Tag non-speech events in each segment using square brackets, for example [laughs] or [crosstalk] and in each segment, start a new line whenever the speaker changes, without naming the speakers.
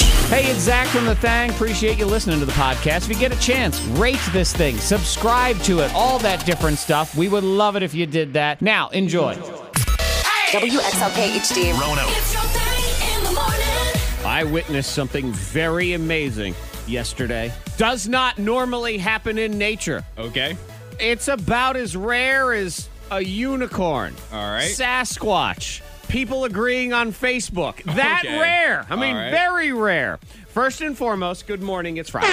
Hey, it's Zach from The Thang. Appreciate you listening to the podcast. If you get a chance, rate this thing, subscribe to it, all that different stuff. We would love it if you did that. Now, enjoy.
WXLK HD.
It's your thing in the morning.
I witnessed something very amazing yesterday. Does not normally happen in nature.
Okay.
It's about as rare as a unicorn.
All right.
Sasquatch. People agreeing on Facebook. That
Okay.
rare. I mean,
All right.
very rare. First and foremost, good morning. It's Friday.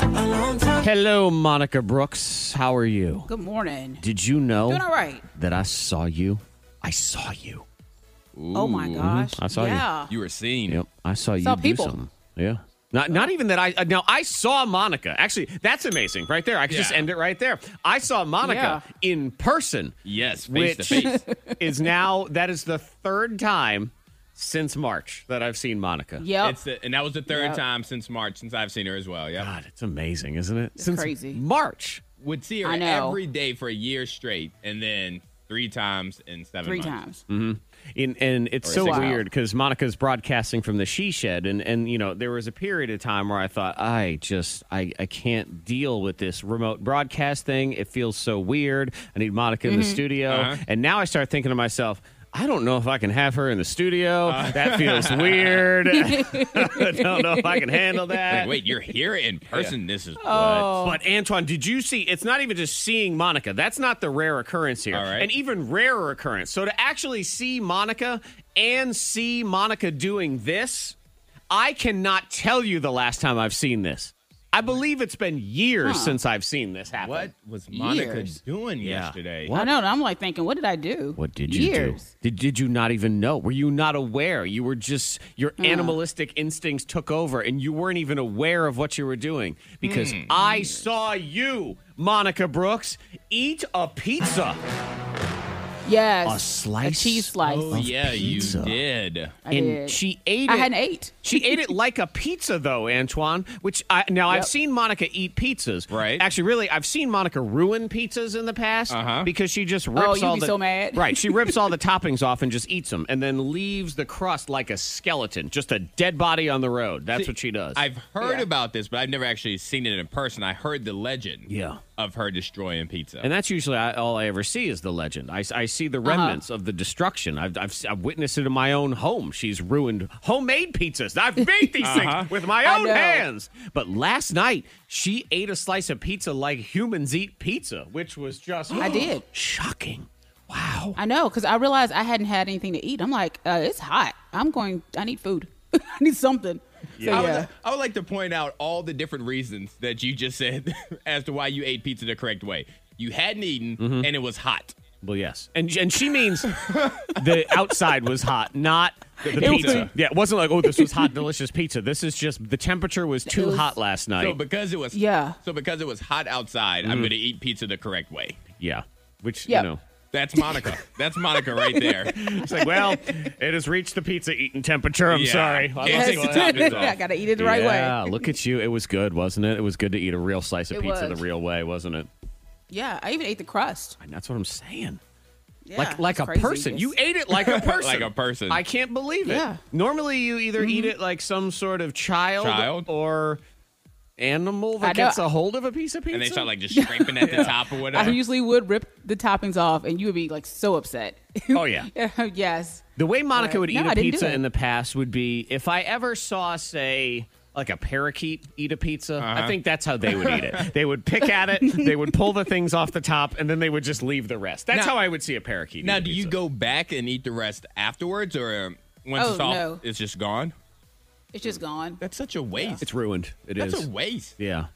Hello, Monica Brooks. How are you?
Good morning.
Did you know
Doing all right.
that I saw you? I saw you.
oh my gosh.
I saw you.
yeah.
You were seen.
Yep, I saw you
Saw
do
people.
something. Yeah. Not, not even that I uh, now I saw Monica. Actually, that's amazing right there. I can just
Yeah.
end it right there. I saw Monica in person.
Yes, face
which [laughs]
to face.
is now that is the third time since March that I've seen Monica.
[laughs] Yep.
It's the, and that was the third
Yep.
time since March since I've seen her as well. Yeah.
God, it's amazing, isn't it? since
crazy.
March.
Would see her
I know.
every day for a year straight and then three times in seven
Three
months.
times.
Mm. In, and it's
Or
so
six
months.
weird because Monica's broadcasting from the she shed, and and you know there was a period of time where I thought I just I I can't deal with this remote broadcast thing. It feels so weird. I need Monica in the studio,
Uh-huh.
and now I start thinking to myself. I don't know if I can have her in the studio.
Uh-huh.
that feels weird. [laughs] I don't know if I can handle that.
Like, wait, you're here
[laughs]
in person. This is
Oh.
what?
But Antoine, did you see? It's not even just seeing Monica. That's not the rare occurrence here.
All right.
An even rarer occurrence. So to actually see Monica and see Monica doing this, I cannot tell you the last time I've seen this. I believe it's been years since I've seen this happen.
What was Monica
Years.
doing
Yeah.
yesterday?
What?
I know. And I'm like thinking, what did I do?
What did you
Years.
do? Did, did you not even know? Were you not aware? You were just, your
Hmm.
animalistic instincts took over and you weren't even aware of what you were doing because
Hmm.
I saw you, Monica Brooks, eat a pizza.
Yes.
A slice
A cheese slice.
Oh, yeah,
pizza.
you did.
I
and
did.
she ate
I
it.
had an eight.
she ate it like a pizza, though, Antoine. Which I now I've
Yep.
seen Monica eat pizzas.
Right.
Actually, really, I've seen Monica ruin pizzas in the past
Uh-huh.
because she just rips
Oh, you'd
all
be
the
so mad.
right. She rips
[laughs]
all the toppings off and just eats them, and then leaves the crust like a skeleton, just a dead body on the road. That's what she does.
I've heard about this, but I've never actually seen it in person. I heard the legend
Yeah.
of her destroying pizza.
and that's usually I, all I ever see is the legend. I, I see the remnants of the destruction. I've, I've, si have witnessed it in my own home. She's ruined homemade pizzas. I've made these things with my
I
own
know.
hands. But last night, she ate a slice of pizza like humans eat pizza, which was just
I did.
[gasps] shocking. Wow.
I know, because I realized I hadn't had anything to eat. I'm like, uh, it's hot. I'm going, I need food. [laughs] I need something.
I
So,
would,
yeah.
I would like to point out all the different reasons that you just said [laughs] as to why you ate pizza the correct way. You hadn't eaten
Mm-hmm.
and it was hot.
Well, yes. And, and she means the outside was hot, not the
It was-
pizza. yeah, it wasn't like, oh, this was hot, delicious pizza. This is just the temperature was too
was-
hot last night.
So because it was
Yeah.
So because it was hot outside,
Mm-hmm.
I'm going to eat pizza the correct way.
yeah. Which,
Yep.
you know.
That's Monica. That's Monica
[laughs]
right there.
It's like, well, it has reached the pizza eating temperature. I'm
Yeah.
sorry.
Can't take the
Yeah,
top
[laughs]
off.
I got to eat it the right way.
look at you. It was good, wasn't it? It was good to eat a real slice of
It
pizza
was.
the real way, wasn't it?
Yeah. I even ate the crust.
And that's what I'm saying.
Yeah,
like like
it's
a
crazy.
person. You
It's-
ate it like
[laughs]
a person.
Like a person.
I can't believe it.
Yeah. Mm-hmm.
Normally you either eat it like some sort of child,
Child.
or animal that
I know.
gets a hold of a piece of pizza.
And they start like just scraping at the top or
I
whatever.
usually would rip the toppings off, and you would be like so upset. [laughs]
Oh, yeah.
yes.
The way Monica
Right.
would
No,
eat
I
a
didn't do
pizza
it.
in the past would be if I ever saw, say, like a parakeet eat a pizza,
Uh-huh.
I think that's how they would eat
[laughs]
it. they would pick at it, they would pull the things off the top, and then they would just leave the rest. That's
Now-
how I would see a parakeet.
now,
eat a
do you
pizza.
go back and eat the rest afterwards, or um, once
Oh,
it's all,
no.
it's just gone?
It's just gone.
That's such a waste.
It's ruined. It is.
That's a waste.
Yeah.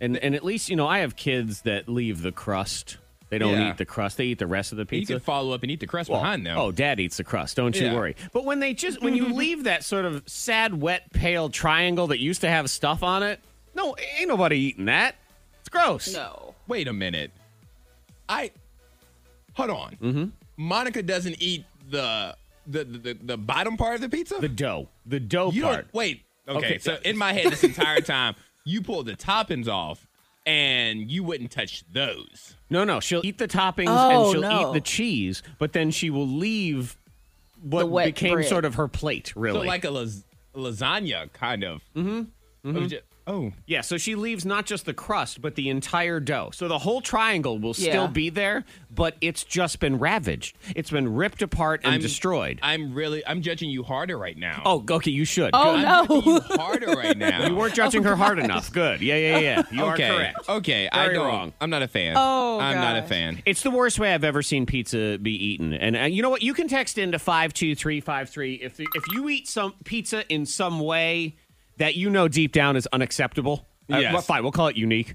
And and at least, you know, I have kids that leave the crust. They don't
Yeah.
eat the crust. They eat the rest of the
You
pizza.
could follow up and eat the crust
Well,
behind them.
Oh, dad eats the crust. Don't you
Yeah.
worry. But when they just
[laughs]
when you leave that sort of sad, wet, pale triangle that used to have stuff on it, no, ain't nobody eating that. It's gross.
No.
wait a minute. I hold on.
Mm-hmm.
Monica doesn't eat the the, the the the bottom part of the pizza.
The dough, the dough
you
part.
don't wait. Okay,
Okay,
so
so-
in my head this entire time, you pulled the toppings off and you wouldn't touch those.
No, no. She'll eat the toppings
Oh,
and she'll
no.
eat the cheese, but then she will leave
The
what
wet
became
bread.
sort of her plate, really.
So like a las- lasagna kind of. Mm-hmm. oh,
yeah, so she leaves not just the crust, but the entire dough. So the whole triangle will
Yeah.
still be there, but it's just been ravaged. It's been ripped apart and destroyed.
I'm really I'm judging you harder right now.
oh, okay, you should.
Oh,
Good.
I'm judging
no.
you harder
[laughs]
right now.
You
[laughs]
weren't judging her hard enough. Good. Yeah, yeah, yeah. You
okay.
are correct.
Okay, I
Very
don't.
wrong.
I'm not a fan.
Oh,
I'm not a
gosh.
fan.
It's the worst way I've ever seen pizza be eaten. And uh, you know what? You can text into 52353 if the, if you eat some pizza in some way that you know deep down is unacceptable. Uh,
Yes. Uh,
well, fine, we'll call it unique.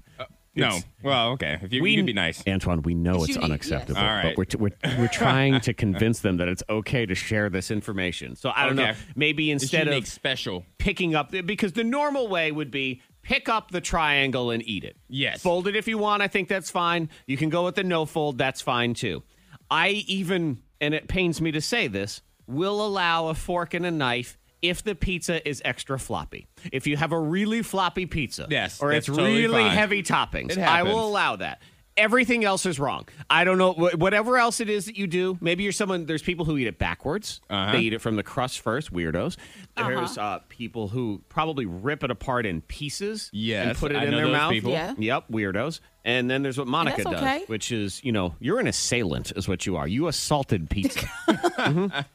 No.
It's-
Well, okay. If you
we-
you'd be nice.
Antoine, we know it's,
unique, yes.
unacceptable,
All right.
but we're, t- we're, we're trying
[laughs]
to convince them that it's okay to share this information. So I don't know.
Okay.
Maybe instead
make
of
special.
picking up because the normal way would be pick up the triangle and eat it.
Yes.
Fold it if you want. I think that's fine. You can go with the no fold. That's fine too. I even, and it pains me to say this, will allow a fork and a knife if the pizza is extra floppy. If you have a really floppy pizza,
Yes,
or
that's
it's
totally
really
fine.
heavy toppings,
It
I
happens.
will allow that. Everything else is wrong. I don't know wh- whatever else it is that you do. Maybe you're someone. There's people who eat it backwards.
Uh-huh.
They eat it from the crust first. Weirdos. There's
Uh-huh.
uh, people who probably rip it apart in pieces. and
Yes,
put it
I
in
know
their
those
mouth.
people.
Yeah.
Yep. Weirdos. And then there's what Monica
that's
does,
okay.
which is you know you're an assailant is what you are. You assaulted
[laughs]
pizza. Mhm.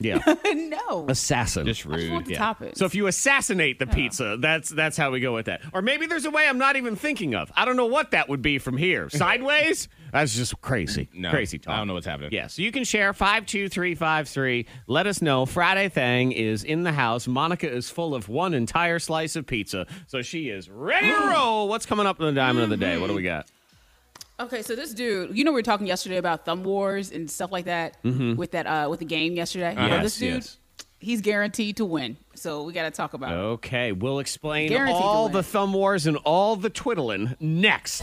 Yeah.
no.
Assassin.
Just
I just want
rude.
the toppings.
So if you assassinate the pizza, that's that's how we go with that. Or maybe there's a way I'm not even thinking of. I don't know what that would be from
[laughs]
here. Sideways? that's just crazy.
No,
crazy talk.
I don't know what's happening.
Yeah, so you can share 52353. Let us know. Friday Thang is in the house. Monica is full of one entire slice of pizza. So she is ready to roll. What's coming up in the diamond of the day? What do we got?
Okay, so this dude, you know, we were talking yesterday about thumb wars and stuff like that with that uh, with the game yesterday. Well,
Uh-huh. Yes,
Mm-hmm. this dude,
yes. Oh.
he's guaranteed to win. So we got to talk about. it.
Okay, we'll explain
Guaranteed to
all
win.
the thumb wars and all the twiddling next.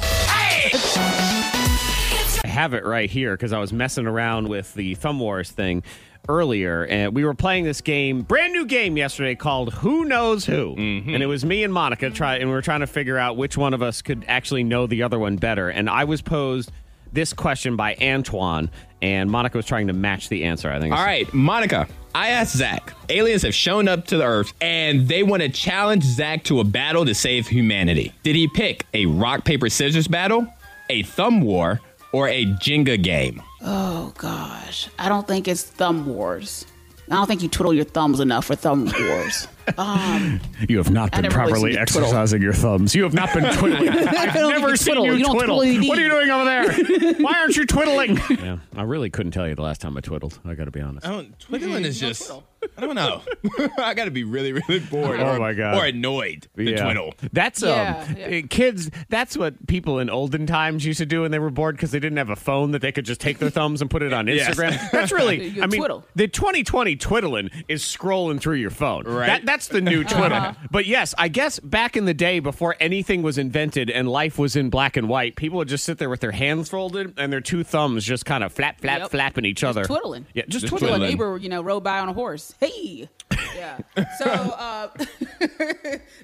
I have it right here because I was messing around with the Thumb Wars thing earlier, and we were playing this game, brand new game yesterday called Who Knows Who,
Mm-hmm.
and it was me and Monica try, and we were trying to figure out which one of us could actually know the other one better, and I was posed this question by Antoine, and Monica was trying to match the answer. I think.
All right, Monica. I asked Zach. Aliens have shown up to the Earth, and they want to challenge Zach to a battle to save humanity. Did he pick a rock paper scissors battle, a thumb war, or a Jenga game?
Oh gosh, I don't think it's thumb wars. I don't think you twiddle your thumbs enough for thumb wars. um,
You have not
I been never really properly seen you twiddle.
your thumbs. You have not been twiddling.
I don't think [laughs] you twiddle. You don't twiddle your knees.
doing over
[laughs]
there? Why aren't you twiddling? Yeah, I really couldn't tell you the last time I twiddled. I got to be honest.
I don't. Twiddling is
Mm-hmm.
just. I don't know. [laughs] I got to be really, really bored.
Oh
or,
my God.
Or annoyed to
Yeah.
twiddle.
That's um,
Yeah, yeah.
uh, kids. That's what people in olden times used to do when they were bored because they didn't have a phone that they could just take their thumbs and put it on
Yes.
Instagram. That's really.
[laughs] You
I mean,
twiddle.
the 2020 twiddling is scrolling through your phone.
Right.
That, that's the
[laughs]
new twiddle.
Uh-huh.
But yes, I guess back in the day before anything was invented and life was in black and white, people would just sit there with their hands folded and their two thumbs just kind of flap, flap,
Yep.
flapping each other.
twiddling.
Yeah, just,
Just
Till
twiddling.
a
twiddling.
neighbor, you know, rode by on a horse. Hey. Yeah. So uh, [laughs]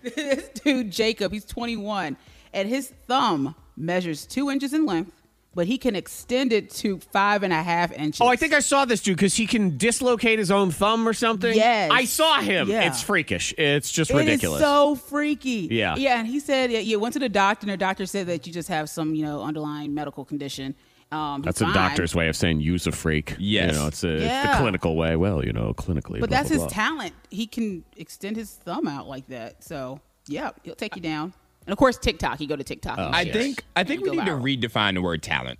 this dude Jacob, he's 21, and his thumb measures two inches in length, but he can extend it to five and a half inches.
Oh, I think I saw this dude because he can dislocate his own thumb or something.
Yes.
I saw him.
Yeah.
It's freakish. It's just
It is
ridiculous.
so freaky.
Yeah.
Yeah. And he said, yeah, you went to the doctor, and the doctor said that you just have some, you know, underlying medical condition. Um,
That's
he's
a
fine.
doctor's way of saying use a freak.
Yes.
You know, it's, a, it's
Yeah.
the clinical way. Well, you know, clinically.
But
blah,
that's
blah,
his
blah.
talent. He can extend his thumb out like that. So, yeah, he'll take you down. And of course, TikTok. You go to TikTok. and
I
shit.
think. I think
You
we
go
need
viral.
to redefine the word talent.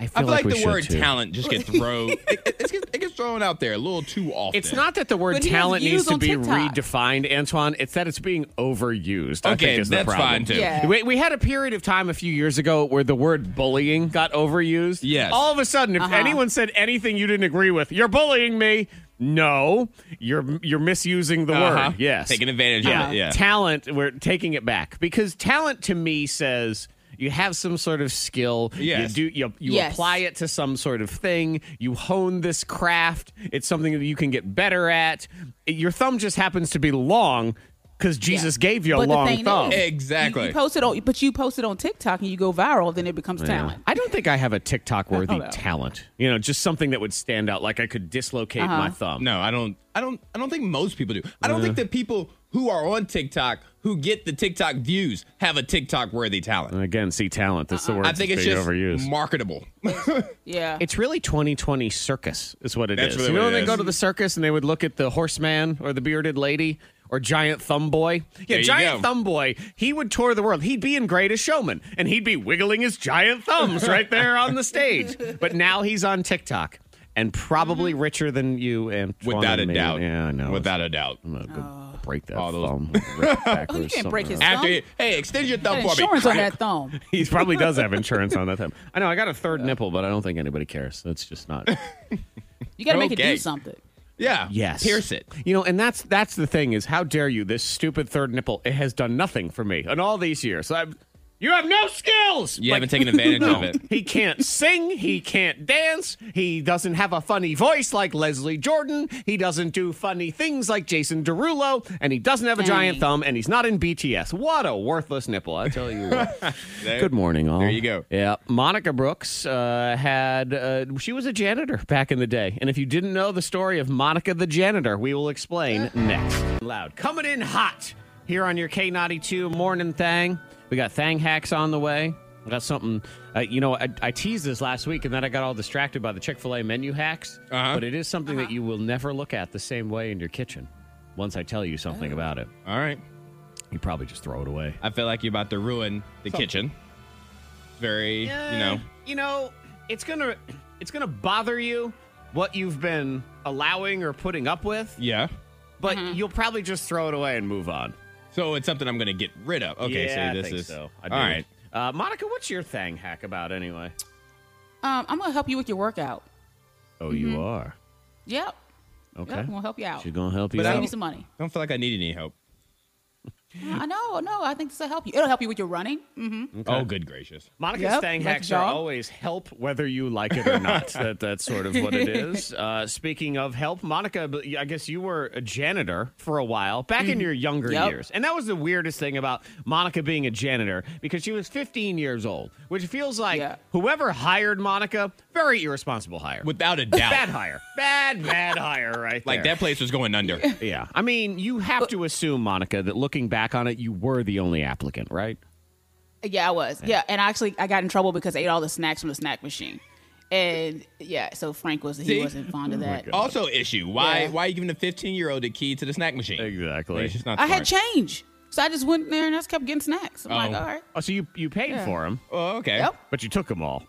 I
I
feel
feel like,
we
the
should,
word
too.
talent just [laughs] gets thrown. it, it, it's get- it gets thrown out there a little too often.
It's not that the word
But he has
talent
views
needs to
on
be
TikTok.
redefined, Antoine. It's that it's being overused. I
Okay,
think is the
that's
problem.
fine, too.
Yeah.
We, we had a period of time a few years ago where the word bullying got overused.
Yes.
All of a sudden,
Uh-huh.
if anyone said anything you didn't agree with, you're bullying me. No, you're you're misusing the
Uh-huh.
word. Yes.
Taking advantage
Uh-huh.
of it. Yeah.
Talent, we're taking it back because talent to me says you have some sort of skill.
Yes.
You do you, you
Yes.
apply it to some sort of thing. You hone this craft. It's something that you can get better at. Your thumb just happens to be long. because Jesus gave you a
But the
long
thing
thumb.
is, you-
Exactly.
You, post it on, but you post it on TikTok and you go viral, then it becomes talent.
I don't think I have a TikTok worthy
Hold up.
talent. You know, just something that would stand out, like I could dislocate
Uh-huh.
my thumb.
No, I don't. I don't. I don't think most people do. I don't think the people who are on TikTok who get the TikTok views have a TikTok worthy talent.
Again, see talent. That's the
Uh-uh.
word
I think it's
being
just
overused.
marketable.
Yeah.
It's really 2020 circus is what it is.
That's really
you know
what
when
it
they go
is.
to the circus and they would look at the horseman or the bearded lady or giant thumb boy. Yeah,
There you
giant
go.
thumb boy. He would tour the world. He'd be in Greatest Showman and he'd be wiggling his giant thumbs right there on the stage. But now he's on TikTok and probably
Mm-hmm.
richer than you and
Without a
me.
doubt.
Yeah, I know.
Without a doubt.
I'm gonna go break that
All those- [laughs]
thumb. Rip backwards,
you Oh. can't break
something
his
else.
After he- hey, extend your thumb
Got
for me.
insurance on that thumb.
He probably does
[laughs]
have insurance on that thumb. I know. I got a third nipple, but I don't think anybody cares. That's just
[laughs]
not.
You got to make it
Okay.
do something.
[laughs] Yeah.
Yes. [laughs]
Pierce it.
You know, and that's that's the thing is how dare you this stupid third nipple it has done nothing for me in all these years. I'm you have no skills.
You
Like, [laughs]
haven't taken advantage of it.
He can't sing, he can't dance, he doesn't have a funny voice like Leslie Jordan, he doesn't do funny things like Jason Derulo, and he doesn't have a giant
Dang.
thumb and he's not in BTS. What a worthless nipple, I tell you what. Good morning, all.
There you go.
Yeah, Monica Brooks uh, had uh, she was a janitor back in the day, and if you didn't know the story of Monica the janitor, we will explain next. Loud coming in hot here on your K ninety two morning thing. We got thang hacks on the way. We got something. Uh, you know, I, I teased this last week, and then I got all distracted by the Chick fil A menu hacks.
Uh-huh.
But it is something that you will never look at the same way in your kitchen. Once I tell you something about it,
All right.
you probably just throw it away.
I feel like you're about to ruin the kitchen. Very, you know.
you know, it's gonna, it's gonna bother you what you've been allowing or putting up with,
Yeah.
but
Mm-hmm.
you'll probably just throw it away and move on.
So it's something I'm going to get rid of. Okay.
Yeah,
so this
I think
is.
so. I
All
do.
right.
uh, Monica. What's your thang hack about anyway?
Um, I'm going to help you with your workout.
Oh,
Mm-hmm.
you are
Yep.
okay.
Yep. I'm going to help you out.
She's gonna help you.
But I
Save
out.
you some money.
Don't feel like I need any help.
I know, no, I think this will help you. It'll help you with your running. Mm-hmm.
Oh, good gracious.
Monica's
Yep,
thang
like
hacks are
job.
always help, whether you like it or
[laughs]
not. that that's sort of what it is. Uh, speaking of help, Monica, b- I guess you were a janitor for a while back in your younger
Mm-hmm. Yep.
years, and that was the weirdest thing about Monica being a janitor because she was 15 years old, which feels like
Yeah.
whoever hired Monica, very irresponsible hire,
Without
[laughs]
a doubt.
bad hire, bad bad
[laughs]
hire, right?
Like
there.
that place was going
[laughs]
under.
Yeah, I mean, you have to assume, Monica, that looking back on it, you were the only applicant, right?
Yeah, I was. Yeah, and actually, I got in trouble because I ate all the snacks from the snack machine, and yeah, so Frank was he
See?
wasn't fond of that.
Also, issue. Why?
Yeah.
Why are you giving a 15 year old the key to the snack machine?
Exactly.
It's just not
I had
smart.
change, so I just went there and I just kept getting snacks. I'm like,
Oh.
all right,
Oh, so you you paid for him,
Oh, okay.
Yep.
but you took them all.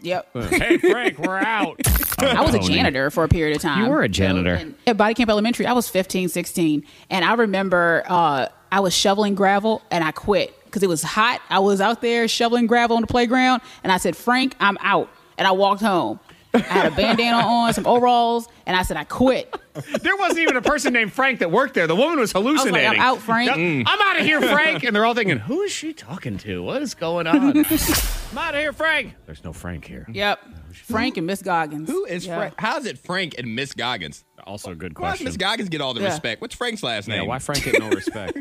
yep.
[laughs] hey Frank, we're out.
[laughs] I was a janitor for a period of time.
You were a janitor.
So, and at Body Camp Elementary, I was 15, 16. And I remember uh, I was shoveling gravel and I quit because it was hot. I was out there shoveling gravel on the playground and I said, Frank, I'm out. And I walked home. I had a bandana on, some overalls, and I said, I quit.
There wasn't even a person named Frank that worked there. The woman was
I'm
hallucinating.
out, Mm. Frank.
Yep. I'm out of here, Frank. And they're all thinking, who is she talking to? What is going
[laughs]
on? I'm out of here, Frank. There's no Frank here.
Yep. Frank and Miss Goggins.
Who is
Yeah.
Frank? How's it Frank and Miss Goggins?
Also, a good
Why does
question.
Miss Goggins get all the
Yeah.
respect? What's Frank's last name?
yeah, why Frank get no
[laughs]
respect?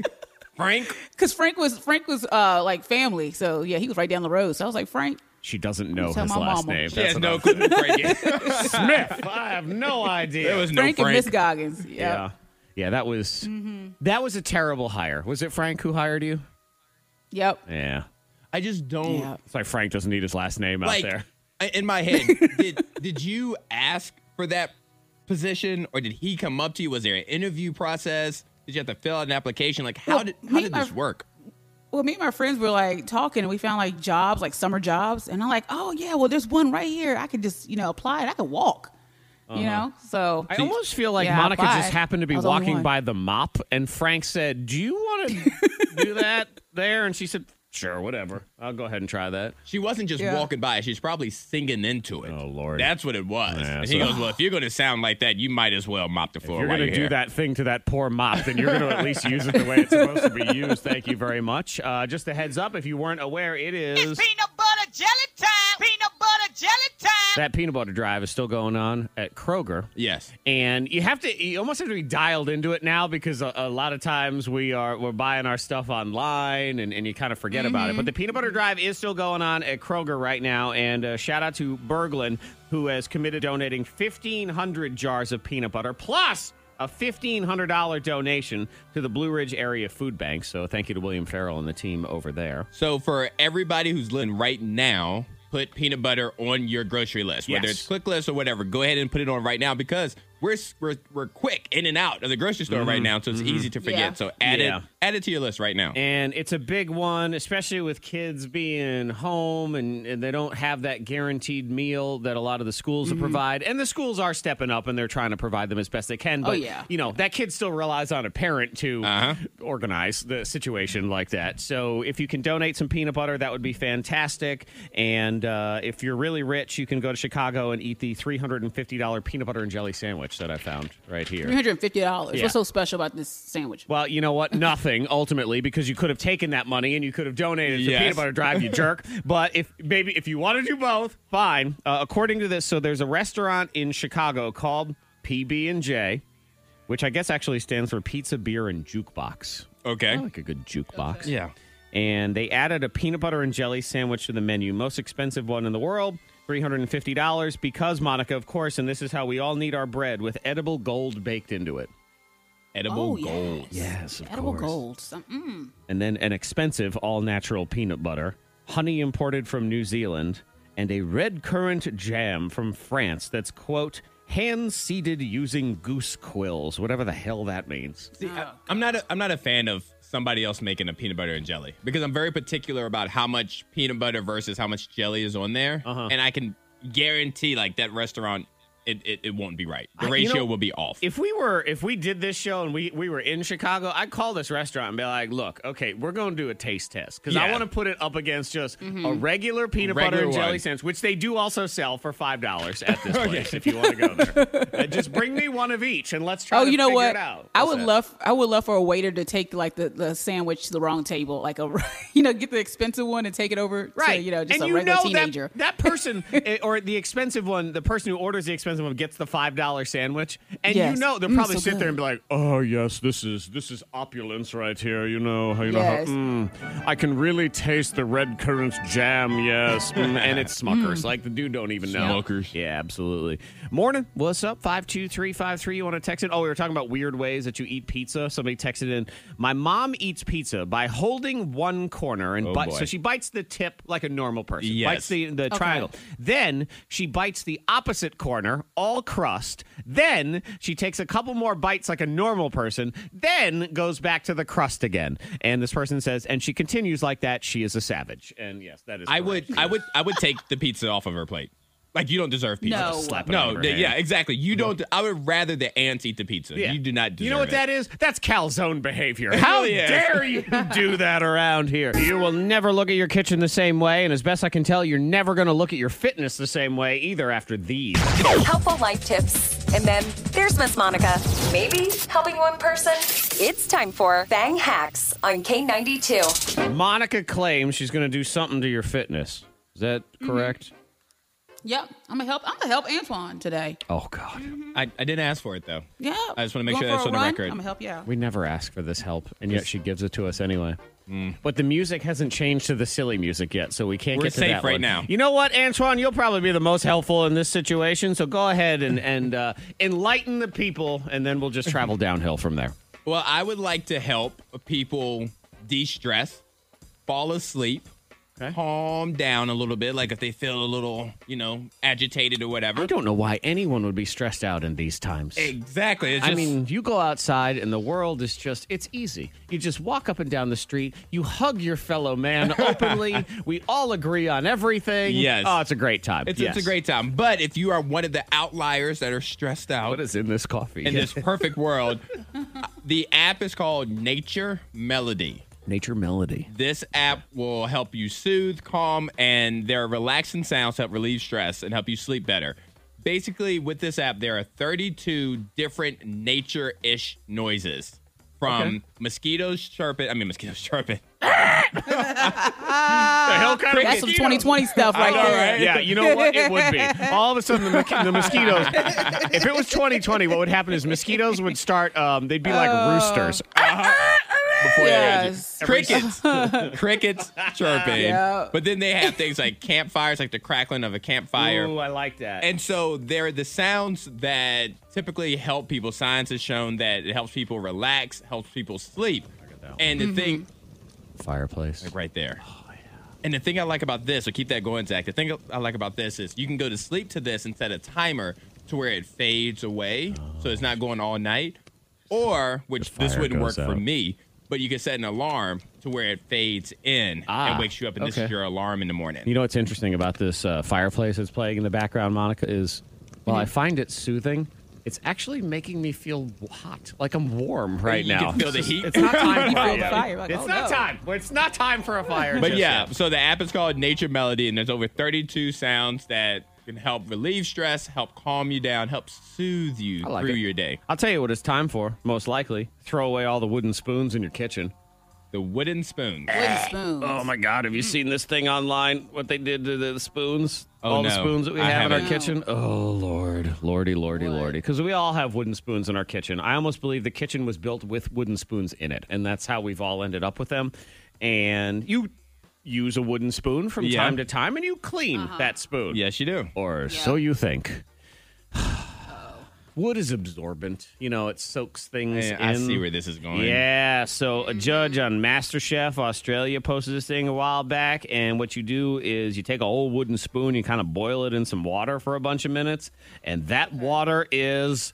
Frank?
Because Frank was Frank was uh, like family, so yeah, he was right down the road. So I was like, Frank,
She doesn't know
Tell
his
my
last
mama.
name.
She
That's
has
what
no
I'm-
clue who Frank is. [laughs]
Smith. I have no idea.
There was no
Frank,
Frank.
and Miss Goggins. Yep.
yeah. Yeah, that was
Mm-hmm.
that was a terrible hire. Was it Frank who hired you?
Yep.
Yeah.
I just don't
Yeah.
It's like Frank doesn't need his last name out
like
there.
I- in
[laughs]
my head. did did you ask for that position or did he come up to you? Was there an interview process? Did you have to fill out an application? Like how
Well,
did
me
how
and
did
my-
this work?
Well, me and my friends were like talking, and we found like jobs, like summer jobs, and I'm like, oh yeah, well there's one right here. I could just you know apply it. I could walk, you know. So
Uh-huh. I almost feel like
Yeah,
Monica
but
just happened to be
I was only
walking
one.
by the mop, and Frank said, "Do you want
[laughs]
to do that there?" And she said, "Sure, whatever. I'll go ahead and try that."
She wasn't just
Yeah.
walking by. She's probably singing into it.
Oh, Lord.
that's what it was.
Yeah,
and he
so-
goes, "Well, if you're going to sound like that, you might as well mop the floor."
If you're
while
going to do
here."
that thing to that poor mop, then you're going to at least use it the way it's supposed to be used. Thank you very much. Uh, just a heads up, if you weren't aware, it is
Peanut butter jelly time. Peanut butter jelly time.
that peanut butter drive is still going on at Kroger.
Yes.
And you have to, you almost have to be dialed into it now because a, a lot of times we are we're buying our stuff online and, and you kind of forget about it. But the peanut butter drive is still going on at Kroger right now. And uh, shout out to Berglund who has committed to donating fifteen hundred jars of peanut butter plus. A fifteen hundred dollar donation to the Blue Ridge Area Food Bank. So thank you to William Farrell and the team over there.
So for everybody who's listening right now, put peanut butter on your grocery list, whether
Yes.
it's click list or whatever. Go ahead and put it on right now because we're s- we're, we're quick in and out of the grocery store right now, so it's easy to forget.
Yeah.
So add
Mm-hmm. Yeah.
it add it to your list right now.
and it's a big one, especially with kids being home and, and they don't have that guaranteed meal that a lot of the schools
Mm-hmm.
will provide. And the schools are stepping up and they're trying to provide them as best they can. But
Oh, yeah. Uh-huh.
you know that kid still relies on a parent to organize the situation like that. So if you can donate some peanut butter, that would be fantastic. And uh, if you're really rich, you can go to Chicago and eat the three hundred and fifty dollar peanut butter and jelly sandwich that I found right here.
Three hundred and fifty dollars.
Yeah.
What's so special about this sandwich?
Well, you know what?
[laughs]
Nothing ultimately, because you could have taken that money and you could have donated to
Yes.
peanut butter drive, you
[laughs]
jerk. But if maybe if you want to do both, fine. Uh, according to this, so there's a restaurant in Chicago called PB and J, which I guess actually stands for Pizza, Beer, and Jukebox.
Okay.
I like a good jukebox.
Yeah.
And they added a peanut butter and jelly sandwich to the menu, most expensive one in the world. $350 because Monica, of course, and this is how we all need our bread with edible gold baked into it.
Edible
Oh,
yes.
gold.
Yes, of
Oh, Edible gold. Some- mm.
and then an expensive all natural peanut butter, honey imported from New Zealand, and a red currant jam from France that's, quote, hand seeded using goose quills, whatever the hell that means.
I'm not a, I'm not a fan of somebody else making a peanut butter and jelly because I'm very particular about how much peanut butter versus how much jelly is on there,
Uh-huh.
and I can guarantee like that restaurant it it, it won't be right. The
I- you
ratio
know,
will be off.
If we were, if we did this show and we, we were in Chicago, I'd call this restaurant and be like, look, okay, we're going to do a taste test because I
Yeah.
want to put it up against just
Mm-hmm.
a regular peanut
Regular
butter and jelly
one.
sandwich, which they do also sell for $5 at [laughs] this place if you want to go [laughs] there. Uh, just bring me one of each and let's try
Oh,
to
you know
figure
what?
it out.
I
What's
would
that?
love I would love for a waiter to take like the, the sandwich to the wrong table, like a [laughs] you know get the expensive one and take it over to you know just
and
a
you
regular
know
teenager. [laughs]
That, that person, eh, or the expensive one, the person who orders the expensive one gets the five dollar sandwich, and
Yes.
you know they'll
Mm,
probably
so
sit there
good.
and be like, "Oh yes, this is this is opulence right here." You know, how- you know, how,
Yes.
mm, I can really taste the red currant jam. Yes, [laughs] Mm, and it's Smuckers. Like the dude don't even know.
Smuckers.
Yeah, absolutely. Morning, what's up? Five two three five three. You want to text it? Oh, we were talking about weird ways that you eat pizza. Somebody texted in. My mom eats pizza by holding one corner and
Oh,
bite.
boy.
So she bites the tip like a normal person.
Yes.
Bites the, the triangle. Then she bites the opposite corner, all crust. Then she takes a couple more bites like a normal person. Then goes back to the crust again. And this person says, and she continues like that. She is a savage. And yes, that is.
I
correct.
would I would I would take the pizza off of her plate. Like you don't deserve pizza.
No. Just slap
it out of
no,
her
th-
hand.
yeah, exactly. You don't. I would rather the ants eat the pizza.
Yeah.
You do not. Deserve
You know what
it.
that is? That's calzone behavior. How
really is.
dare you do that around here? You will never look at your kitchen the same way, and as best I can tell, you're never going to look at your fitness the same way either after these.
Helpful life tips. And then there's Miss Monica. Maybe helping one person. It's time for Bang Hacks on K92.
Monica claims she's going to do something to your fitness. Is that correct?
Yep, I'm gonna help. I'm gonna help Antoine today.
Oh, God.
I, I didn't ask for it though.
Yeah,
I just wanna make
Going
sure
for
that's
a
on the
run?
record.
I'm gonna help you out.
We never ask for this help, and yet she gives it to us anyway. But the music hasn't changed to the silly music yet, so we can't
Mm. We're
get to
safe
that
right
one.
now.
You know what, Antoine? You'll probably be the most helpful in this situation, so go ahead
[laughs]
and, and uh, enlighten the people, and then we'll just travel downhill from there.
Well, I would like to help people de-stress, fall asleep, calm down a little bit. Like if they feel a little, you know, agitated or
I
whatever.
don't know why anyone would be stressed out in these times.
Exactly. It's
I
just,
mean, you go outside and the world is just, it's easy. You just walk up and down the street, you hug your fellow man [laughs] openly. we all agree on everything.
Yes.
Oh, it's a great time.
it's,
Yes.
it's a great time. But if you are one of the outliers that are stressed out,
What is in this coffee?
in this perfect world. the app is called Nature Melody.
[laughs] Nature Melody.
This app will help you soothe, calm, and their relaxing sounds help relieve stress and help you sleep better. Basically, with this app, there are 32 different nature ish noises from mosquitoes chirping. I mean, mosquitoes [laughs] chirping.
The hell kind
That's some
[laughs]
2020 stuff right
know,
there.
right?
Yeah, you know what? It would [laughs] be. All of a sudden, the, mo- the mosquitoes. If it was 2020, what would happen is mosquitoes would start. Um, they'd be like roosters.
Before
Yes.
they crickets,
[laughs]
crickets chirping.
Yeah.
But then they have things like campfires, like the crackling of a campfire.
Ooh, I like that.
And so they're the sounds that typically help people. Science has shown that it helps people relax, helps people sleep. And the thing
Fireplace.
right there. And the thing I like about this, so keep that going, Zach. The thing I like about this is you can go to sleep to this and set a timer to where it fades away, so it's not going all night. Or, which
The
this
fire
wouldn't work
goes
for
out.
me, but you can set an alarm to where it fades in
Ah,
and wakes you up, and this
okay.
is your alarm in the morning.
You know what's interesting about this uh, fireplace that's playing in the background, Monica, is while I find it soothing, it's actually making me feel hot, like I'm warm right
You
now.
can
[laughs]
feel the heat.
It's not time for
You feel
it.
the fire, like,
it's
oh,
not
no.
time. Well, It's not time for a [laughs] fire.
But
just
yeah,
yet.
so the app is called Nature Melody, and there's over 32 sounds that can help relieve stress, help calm you down, help soothe you
I like
through
it.
your day.
I'll tell you what it's time for. Most likely, throw away all the wooden spoons in your kitchen.
The wooden spoon.
Wooden spoons.
Oh my God! Have you seen this thing online? What they did to the spoons?
Oh,
all the
no.
spoons that we
I
have in our
haven't.
kitchen. Oh Lord, Lordy, Lordy, Lordy! Because we all have wooden spoons in our kitchen. I almost believe the kitchen was built with wooden spoons in it, and that's how we've all ended up with them. And you use a wooden spoon from
Yeah.
time to time, and you clean that spoon.
Yes, you do.
or so you think. Wood is absorbent. You know, it soaks things
Yeah,
in.
I see where this is going.
Yeah, so a judge on MasterChef Australia posted this thing a while back, and what you do is you take a old wooden spoon, you kind of boil it in some water for a bunch of minutes, and that water is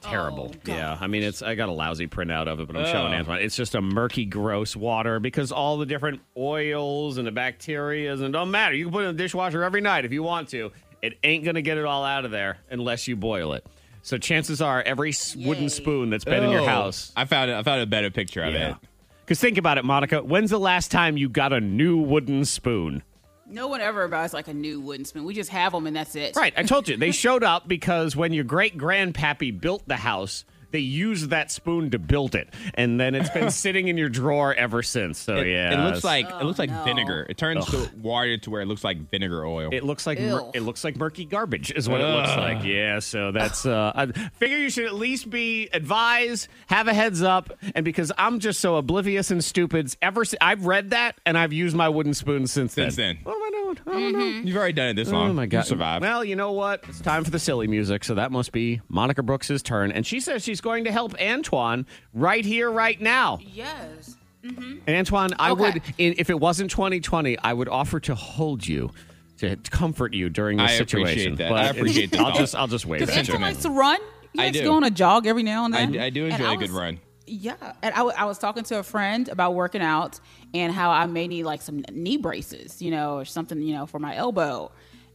terrible. yeah, I mean, it's I got a lousy printout of it, but I'm showing Antoine. It's just a murky, gross water because all the different oils and the bacterias and it don't matter. You can put it in the dishwasher every night if you want to. It ain't gonna get it all out of there unless you boil it. So chances are, every s wooden spoon that's been in your
Oh,
house.
I found it. I found a better picture of it.
Because think about it, Monica. When's the last time you got a new wooden spoon?
No one ever buys like a new wooden spoon. We just have them and that's it.
Right, I told you. They showed up because when your great grandpappy built the house, they used that spoon to build it. And then it's
[laughs]
been sitting in your drawer ever since. So,
It,
yeah.
it looks like it looks like
no.
vinegar. It turns to water to where it looks like vinegar oil.
It looks like mur-
Ew.
it looks like murky garbage is what it looks like. Yeah, so that's
[sighs]
uh I figure you should at least be advised, have a heads up, and because I'm just so oblivious and stupid, ever si- I've read that and I've used my wooden spoon since then.
Since then.
What am I doing? I don't know.
You've already done it this long.
Oh my god!
You survived.
Well, you know what? It's time for the silly music, so that must be Monica Brooks's turn, and she says she's going to help Antoine right here, right now.
Yes.
And Antoine, I
Okay.
would, in, if it wasn't 2020, I would offer to hold you. To comfort you during this
I appreciate
situation,
that. I appreciate the
I'll
thought.
just, I'll just wait.
Because
back.
Anton likes to run. He
I
likes to
do.
go on a jog every now and
I,
then.
I do
And
enjoy
I
a good
was-
run.
Yeah, and I, w- I was talking to a friend about working out and how I may need like some knee braces, you know, or something, you know, for my elbow.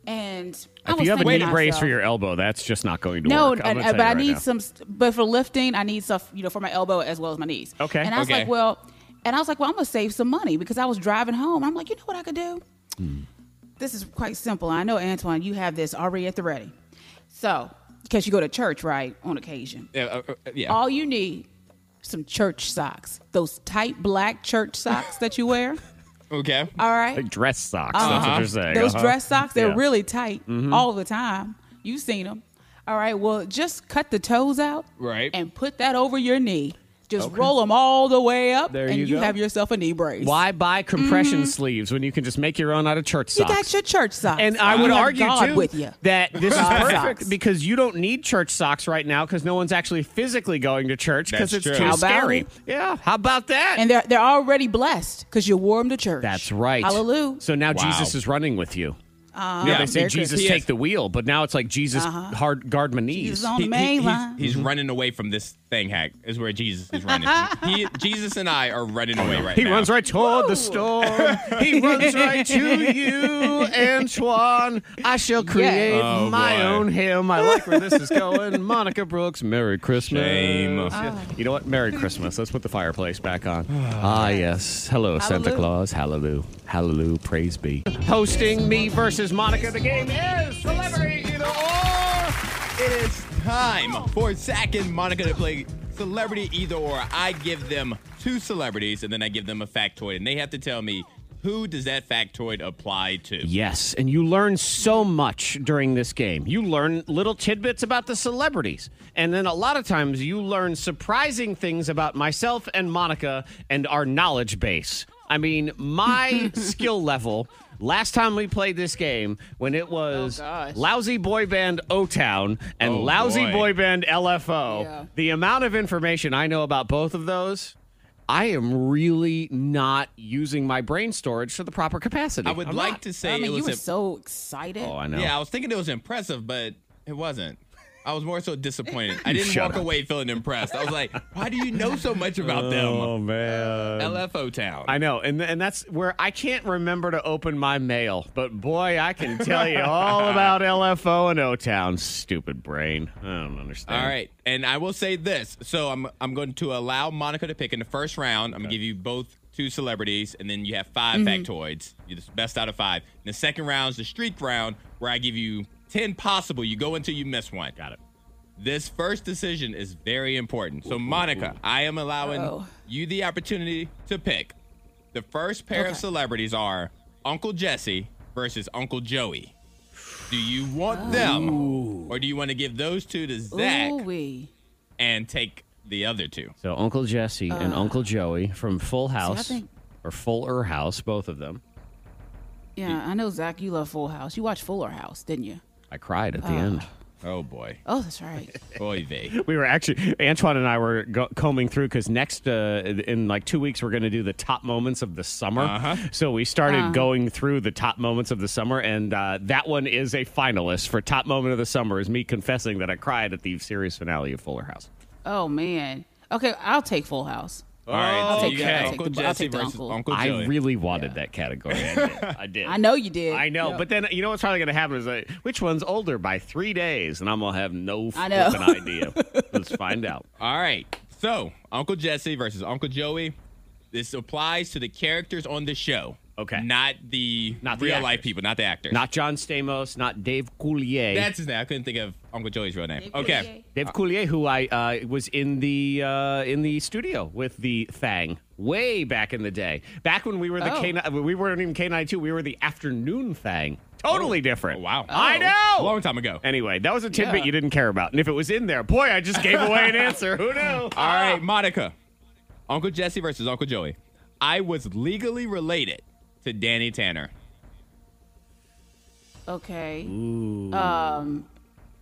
And I
If
was
you have a knee
thinking to
brace
myself,
for your elbow, that's just not going to
no,
work. I'm
and-
gonna tell
and- but
you
I
right
need
now.
some. st- But for lifting, I need stuff, you know, for my elbow as well as my knees.
Okay.
And I was
Okay.
like, well, and I was like, well, I'm gonna save some money because I was driving home. I'm like, you know what I could do? This is quite simple. I know Antoine, you have this already at the ready. So, because you go to church, right, on occasion.
Yeah, uh, uh, yeah.
All you need some church socks, those tight black church socks that you wear.
okay.
[laughs]
All right,
Like dress socks. That's what
Uh-huh.
you're saying.
Those
Uh-huh.
dress socks, they're
Yeah. Mm-hmm.
really tight all the time. You've seen them. All right, well, just cut the toes out
Right.
and put that over your knee. Just roll them all the way up,
There
and
you
you,
go.
have yourself a knee brace.
Why buy compression sleeves when you can just make your own out of church
Mm-hmm. You
socks?
got your church socks.
And I
You
would
have
argue
God
too
with you.
that this is
God
perfect
socks.
because you don't need church socks right now because no one's actually physically going to church because
That's
it's
true.
too
How
about
scary.
it?
Yeah, how about that?
and they're they're already blessed because you wore them to church.
That's right.
Hallelujah.
So now
Wow.
Jesus is running with you. Uh, yeah, they say
Merry
Jesus
Christmas.
take the wheel, but now it's like Jesus hard guard my knees.
Uh-huh. Jesus on the main
he's
line.
he's
Mm-hmm.
running away from this thing, hack, is where Jesus is
[laughs]
running. he, Jesus and I are running away right
He
now.
runs right toward the storm. [laughs] he runs right to you, Antoine. I shall create
Oh,
my
boy.
own hymn. I like where this is [laughs] going. Monica Brooks, Merry Christmas.
Shame.
You know what? Merry Christmas. Let's put the fireplace back on. ah, yes. Hello, Santa
Hallelujah.
Claus. Hallelujah. Hallelujah. Praise be. Hosting me versus Monica. The game is celebrity either or.
It is time for Zach and Monica to play celebrity either or. I give them two celebrities and then I give them a factoid, and they have to tell me who does that factoid apply to.
Yes, and you learn so much during this game. You learn little tidbits about the celebrities. And then a lot of times you learn surprising things about myself and Monica and our knowledge base. I mean,
[laughs]
my skill level last time we played this game when it was
gosh.
lousy boy band O Town and
Oh,
lousy boy
boy.
band LFO.
Yeah.
The amount of information I know about both of those, I am really not using my brain storage to the proper capacity.
I would
I'm
like
not.
to say
I
it
mean,
was
you were
a-
so excited.
Oh, I know.
Yeah, I was thinking it was impressive, but it wasn't. I was more
[laughs]
so disappointed. I didn't
Shut
walk
up.
away feeling impressed. I was like, why do you know so much about them?
Oh man.
LFO Town.
I know, and and that's where I can't remember to open my mail, but boy, I can tell you
[laughs]
all about LFO and O Town. Stupid brain, I don't understand.
All right, and I will say this. So I'm I'm going to allow Monica to pick in the first round. I'm gonna give you both two celebrities, and then you have 5
Mm-hmm.
factoids. You're the best out of five. And the second round is the streak round, where I give you ten possible. You go until you miss one. Got it. This first decision is very important. So Monica, I am allowing
Oh.
you the opportunity to pick. The first pair of
Okay.
celebrities are Uncle Jesse versus Uncle Joey. Do you want them, or do you want to give those two to Zach?
Ooh-wee.
and take the other two.
So Uncle Jesse and Uncle Joey from Full House
think-
or Fuller House, both of them.
Yeah, I know, Zach, you love Full House. You watched Fuller House, didn't you?
I cried at the end.
Oh boy,
Oh, that's
[laughs]
right.
boy
[laughs]
vey.
We were actually Antoine and I were go- combing through because next uh, in like two weeks we're going to do the top moments of the summer.
Uh-huh.
So we started going through the top moments of the summer, and uh, that one is a finalist for top moment of the summer. Is me confessing that I cried at the series finale of Fuller House.
oh, man. Okay, I'll take Full House.
All right, so
take
you
the-
got
I'll take
Uncle
the- I'll
Jesse
take the
versus
uncle.
Uncle,
I
Joey.
really wanted that category. I did. I, did.
[laughs] I know you did.
I know,
Yeah.
but then you know what's probably going to happen is like, which one's older by three days, and I'm gonna have no
I know.
flippin'
[laughs]
idea. Let's find out.
All right, so Uncle Jesse versus Uncle Joey. This applies to the characters on the show.
Okay.
not the
Not the
real
actors.
life people, not the actors.
Not John Stamos, not Dave Coulier.
that's his name. I couldn't think of Uncle Joey's real name. Okay,
Dave Coulier, who I uh, was in the uh, in the studio with the Thang way back in the day, back when we were the
Oh.
K K, we weren't even K nine two, we were the afternoon Thang. Totally different.
Oh, wow.
I
a
know.
long time ago.
Anyway, that was a tidbit
Yeah.
you didn't care about, and if it was in there, boy, I just gave away an answer. Who knew?
[laughs] All
ah!
right, Monica, Uncle Jesse versus Uncle Joey. I was legally related to Danny Tanner.
Okay. Um,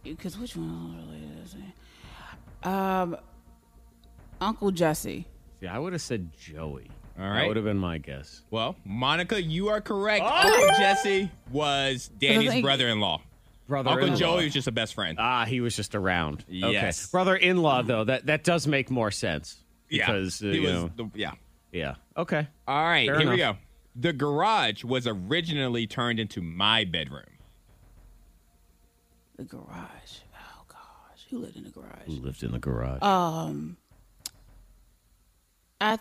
because which one really is it? Um, Uncle Jesse.
Yeah, I would have said Joey.
All
That
right.
would have been my guess.
Well, Monica, you are correct.
Oh!
Uncle Jesse was Danny's
think-
brother-in-law.
Brother
Uncle Joey was just a best friend.
Ah, he was just around.
Yes.
Okay. Brother in law, though, that, that does make more sense. Because, uh,
he
you
was.
know,
the- yeah.
yeah. Okay.
All right,
Fair
here we
enough.
go. The garage was originally turned into my bedroom.
The garage. Oh gosh, who lived in the garage?
Lived in the garage.
I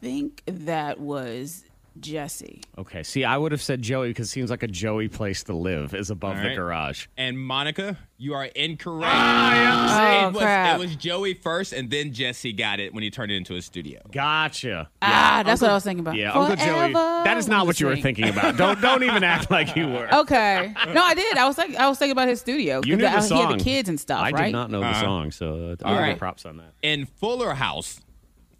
think that was Jesse.
okay. See, I would have said Joey because it seems like a Joey place to live is above
All
the
right.
garage.
And Monica, you are incorrect.
Ah,
Oh,
it, was,
crap.
it was Joey first, and then Jesse got it when he turned it into a studio.
Gotcha.
ah, that's what I was thinking about.
Yeah, Uncle Joey.
Forever
That is not what you were
listening.
thinking about. Don't don't even act like you
[laughs]
were.
Okay. No, I did. I was like, I was thinking about his studio. 'cause
you knew
I,
the
he had
song.
the kids and stuff,
I
right?
did not know the
Uh-huh.
song, so uh, all
All
right.
right.
props on that.
In Fuller House,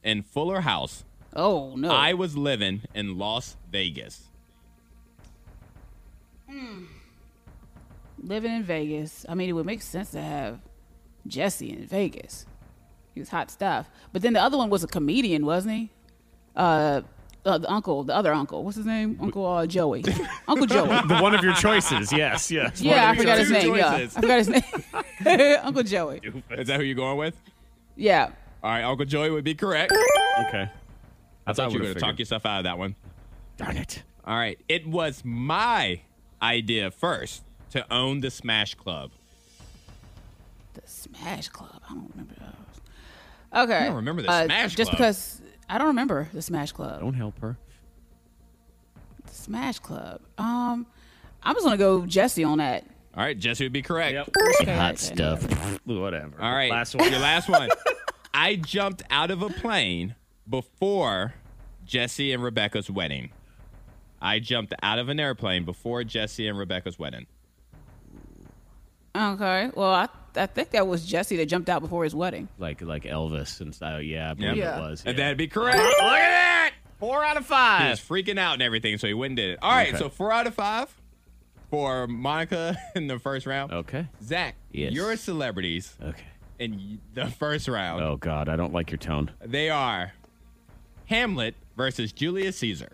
in Fuller House,
Oh no.
I was living in Las Vegas.
Living in Vegas. I mean, it would make sense to have Jesse in Vegas. He was hot stuff. But then the other one was a comedian, wasn't he? Uh, uh the uncle, the other uncle. What's his name? Uncle uh, Joey.
[laughs]
Uncle Joey.
The one of your choices, yes, yes.
Yeah, I
Two
forgot his name. Yeah,
choices.
I forgot his name. [laughs] Uncle Joey.
Is that who you're going with?
Yeah.
All right, Uncle Joey would be correct.
Okay. I,
I thought you were going
would've
to talk
figured.
yourself out of that one.
Darn it.
All right. It was my idea first to own the Smash Club.
The Smash Club. I don't remember those. Okay. I
don't remember the Smash
Just
Club.
because I don't remember the Smash Club.
Don't help her.
The Smash Club. Um, I'm just gonna go Jesse on that.
All right, Jesse would be correct.
Okay,
Hot
okay.
stuff. [laughs] Whatever.
All right.
Last one. [laughs]
Your last one. I jumped out of a plane before Jesse and Rebecca's wedding. I jumped out of an airplane before Jesse and Rebecca's wedding.
Okay. Well, I, I think that was Jesse that jumped out before his wedding. [laughs]
Like like Elvis and so yeah, I believe
Yeah.
it was.
And
yeah.
that'd be correct. Look at that.
Four out of
He
five.
was freaking out and everything, so he went and did it. All right,
Okay.
so four out of five for Monica [laughs] in the first round.
Okay.
Zach,
Yes.
your celebrities
Okay.
in the first round.
Oh God, I don't like your tone.
They are Hamlet versus Julius Caesar,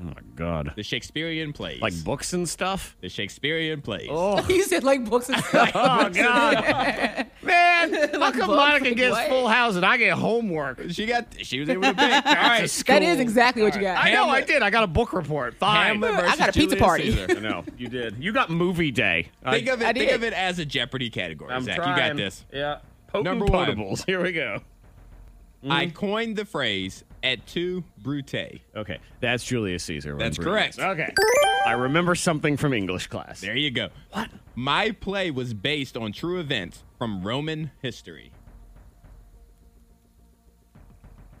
Oh my God.
the Shakespearean plays.
Like Oh. books and stuff.
the Shakespearean plays.
[laughs]
He said like books and stuff.
Oh God, [laughs] man! How come
books?
Monica
Like
gets
what?
full house and I get homework?
She got. She was able to pick. All
[laughs]
right.
that is exactly what you got.
I know I
Hamlet.
did. I got a book report. Fine.
Hamlet versus
I got a pizza
Julius
party.
Caesar.
I know you did. You got movie day.
Think
I,
of it.
[laughs] I
think
did.
of it as a Jeopardy category.
I'm
Zach, you got
trying.
this.
Yeah. Potent
Number one.
potables. Here we go. Mm-hmm.
I coined the phrase "et tu, Brute."
Okay, that's Julius Caesar. when
That's
Brutus.
correct.
Okay, I remember something from English class.
There you go. What? My play was based on true events from Roman history.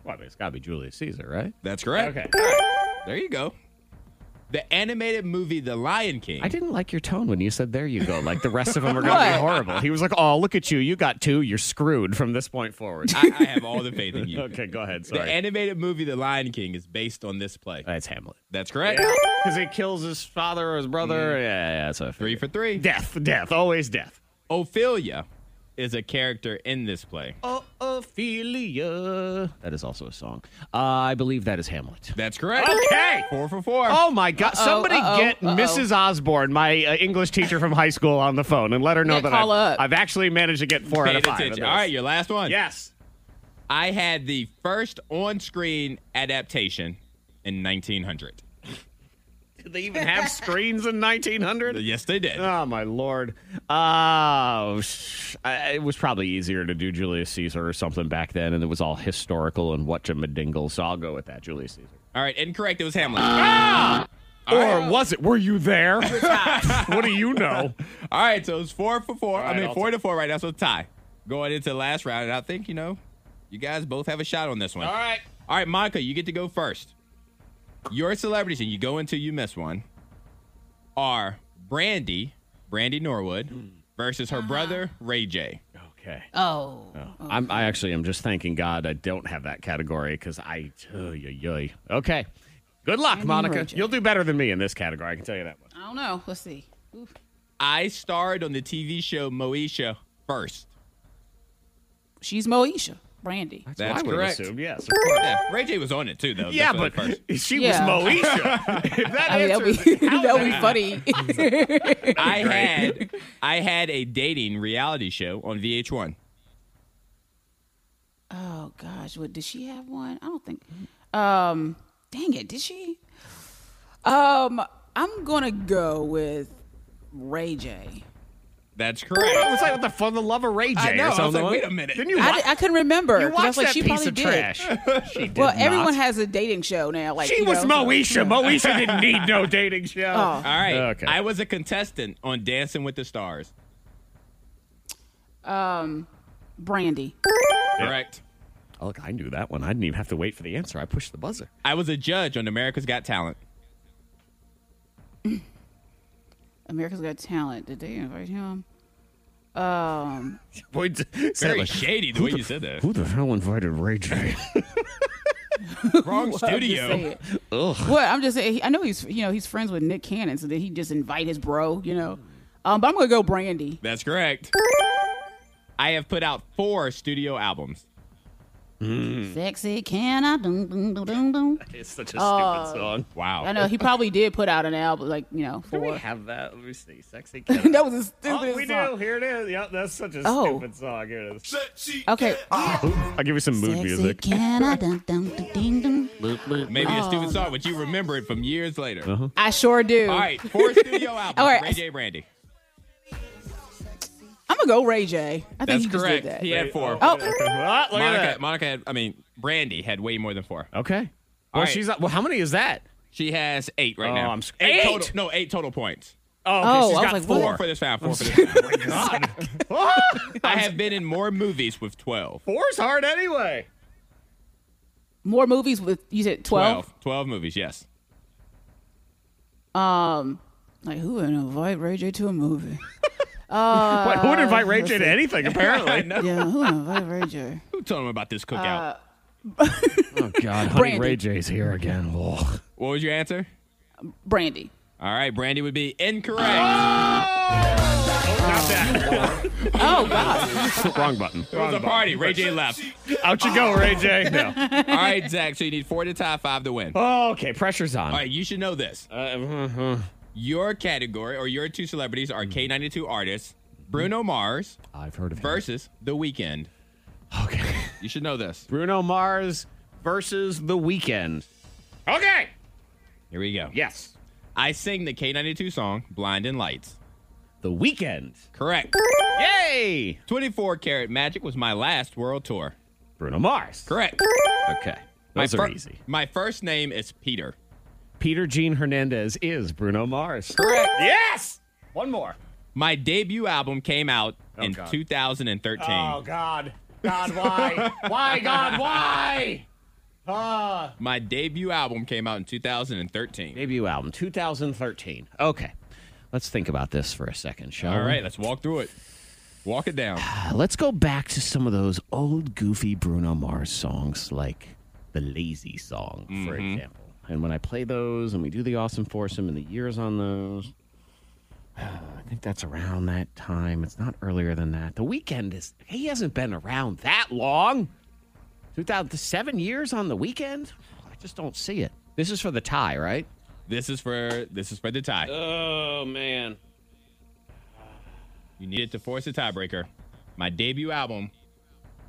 Well, I mean, it's got to be Julius Caesar, right?
That's correct.
Okay.
There you go. The animated movie The Lion King.
I didn't like your tone when you said "there you go." Like the rest of them are going to be
What?
horrible. He was like, "Oh, look at you! You got two. You're screwed from this point
[laughs]
forward." [laughs]
I, I have all the faith in you.
okay, go ahead.
The
Sorry,
animated movie The Lion King is based on this play.
that's Hamlet.
That's correct.
Because he kills his father or his brother. Yeah, yeah, that's a
Three for three.
Mm. Death, death, always death.
Ophelia is a character in this play.
Oh, Ophelia. That is also a song. Uh, I believe that is Hamlet.
That's correct.
Okay.
Four for four.
Oh my God! Somebody
uh-oh,
get
uh-oh.
Mrs. Osborne, my uh, English teacher from high school, on the phone and let her know
Yeah,
that
call
I've,
up.
I've actually managed to get four
Paid
out of five. of
attention.
those.
All right, your last one.
Yes.
I had the first on-screen adaptation in 1900.
Did they even have screens in 1900?
Yes, they
[laughs]
did.
Oh my lord! Uh, sh- I- it was probably easier to do Julius Caesar or something back then, and it was all historical and what a madingle. So I'll go with that, Julius Caesar.
All right, incorrect. It was Hamlet.
Or was it? Were you there? [laughs] what do you know?
All right, so it's four for four.
right,
I mean,
I'll
four
take-
to four right now, so tie. Going into the last round, and I think, you know, you guys both have a shot on this one. All right. All right, Monica, you get to go first. Your celebrities, and you go until you miss one, are Brandy, Brandy Norwood, versus
Uh-huh.
her brother, Ray J.
Okay.
Oh.
I'm, I actually am just thanking God I don't have that category because I. Oh, Okay. Good luck, Monica.
Roger.
You'll do better than me in this category. I can tell you that much.
I don't know. Let's see. Oof.
I starred on the TV show Moesha first.
She's Moesha. Brandy.
That's
I would
correct.
assume, yes. [laughs]
Yeah, Ray J was on it too, though.
Yeah,
That's why
but [laughs]
first.
she
Yeah.
was [laughs] Moesha. if that
[laughs] I mean, that would
answers,
be, that would be funny. [laughs]
I had I had a dating reality show on VH1.
oh, gosh. What, did she have one? I don't think. Um, dang it. Did she? Um, I'm going to go with Ray J.
[laughs]
That's
it
correct.
was like with the for the love of Ray J
I know, I
or
was
something.
like, wait a minute.
Didn't you
I,
watch,
di- I couldn't remember.
you
'cause I
watched
was like,
that
she
piece
probably
of
did.
trash? she did
[laughs] Well,
not.
everyone has a dating show now. Like
She
you
was
know,
[laughs]
so-
Moesha. Moesha didn't need no dating show.
[laughs]
All right.
Oh, Okay.
I was a contestant on Dancing with the Stars.
Brandy.
Correct.
Oh, look, I knew that one. I didn't even have to wait for the answer. I pushed the buzzer.
I was a judge on America's Got Talent.
America's Got Talent. Did they invite him?
Boy, d-
Very
Sarah,
shady the way you said that.
Who the hell invited Ray [laughs] J?
Wrong studio.
Say it. What? I'm just saying. he- I know he's you know he's friends with Nick Cannon, so did he just invite his bro? You know. Um, but I'm gonna go Brandy.
That's correct. I have put out four studio albums.
Mm.
Sexy can I? Boom boom boom boom boom.
it's such a stupid
Oh.
song.
Wow.
I know he probably did put out an album like you know
Do we
for.
have that? Let me see.
[laughs]
Sexy
that was a stupid
Oh, we
song.
do. Here it is. Yep, that's such a
Oh.
stupid song. Here it is.
Okay.
I'll give you some mood
Sexy
music.
can I? Dum, dum, dum, ding, dum.
Maybe a stupid song, but you remember it from years later.
I sure do.
All right. Four
[laughs]
studio albums.
All right.
Ray J.
[laughs]
Brandy.
I'm gonna go Ray J. I think
That's
he just
correct.
did that.
He had four.
[laughs]
Oh,
Ah, look at
Monica,
that.
Monica had, I mean, Brandy had way more than four.
Okay.
All
Well,
right.
she's. Well, how many is that?
She has eight right
Oh,
now.
I'm sc-
eight
Eight?
total. No, eight total points.
Oh, okay, she's
Oh, I was
got
like, what?
Four Oh
four.
for this round. Four for this round. [laughs] I have been in more movies with 12.
Four's hard [laughs] anyway.
More movies with you said twelve.
12, 12 movies, yes.
Like who would invite Ray J to
[laughs]
a movie?
Wait, who would
Uh,
invite Ray J to
[laughs]
anything, apparently?
yeah, who would invite Ray J?
Who told him about this cookout?
[laughs] oh, God. Honey,
Brandon.
Ray J's here [laughs] again. Ugh.
what was your answer?
Brandy.
All right, Brandy would be incorrect.
Oh God.
Wrong button.
it was a party. Ray J left.
Out you go, Ray J. [laughs] No.
All right, Zach. So you need four to tie five to win. All
Oh, okay, pressure's on.
right, you should know this.
Uh,
Your category or your two celebrities
Mm-hmm.
are K92 artists, Bruno Mars
I've heard of him.
versus The Weeknd.
Okay.
You should know this.
[laughs] Bruno Mars versus The Weeknd.
Okay. Here we go.
Yes.
I sing the K92 song Blind in Lights.
The Weeknd.
Correct.
Yay!
24 Karat Magic was my last world tour.
Bruno Mars.
Correct.
Okay.
My
Those are
fir-
easy.
My first name is Peter.
Peter Gene Hernandez is Bruno Mars.
Correct.
Yes! One more.
My debut album came out in
Oh, God.
2013.
God. God, why? why, God, why?
My debut album came out in 2013.
Debut album, 2013. Okay. Let's think about this for a second, shall
All
we?
right, let's walk through it. Walk it down.
Uh, Let's go back to some of those old goofy Bruno Mars songs, like the Lazy Song, for example. And when I play those and we do the Awesome Foursome and the years on those, [sighs] I think that's around that time. It's not earlier than that. The weekend is, he hasn't been around that long. 2000, the seven years on the weekend? I just don't see it. This is for the tie, right?
This is for this is for the tie.
Uh.
Oh, man.
You needed to force a tiebreaker. My debut album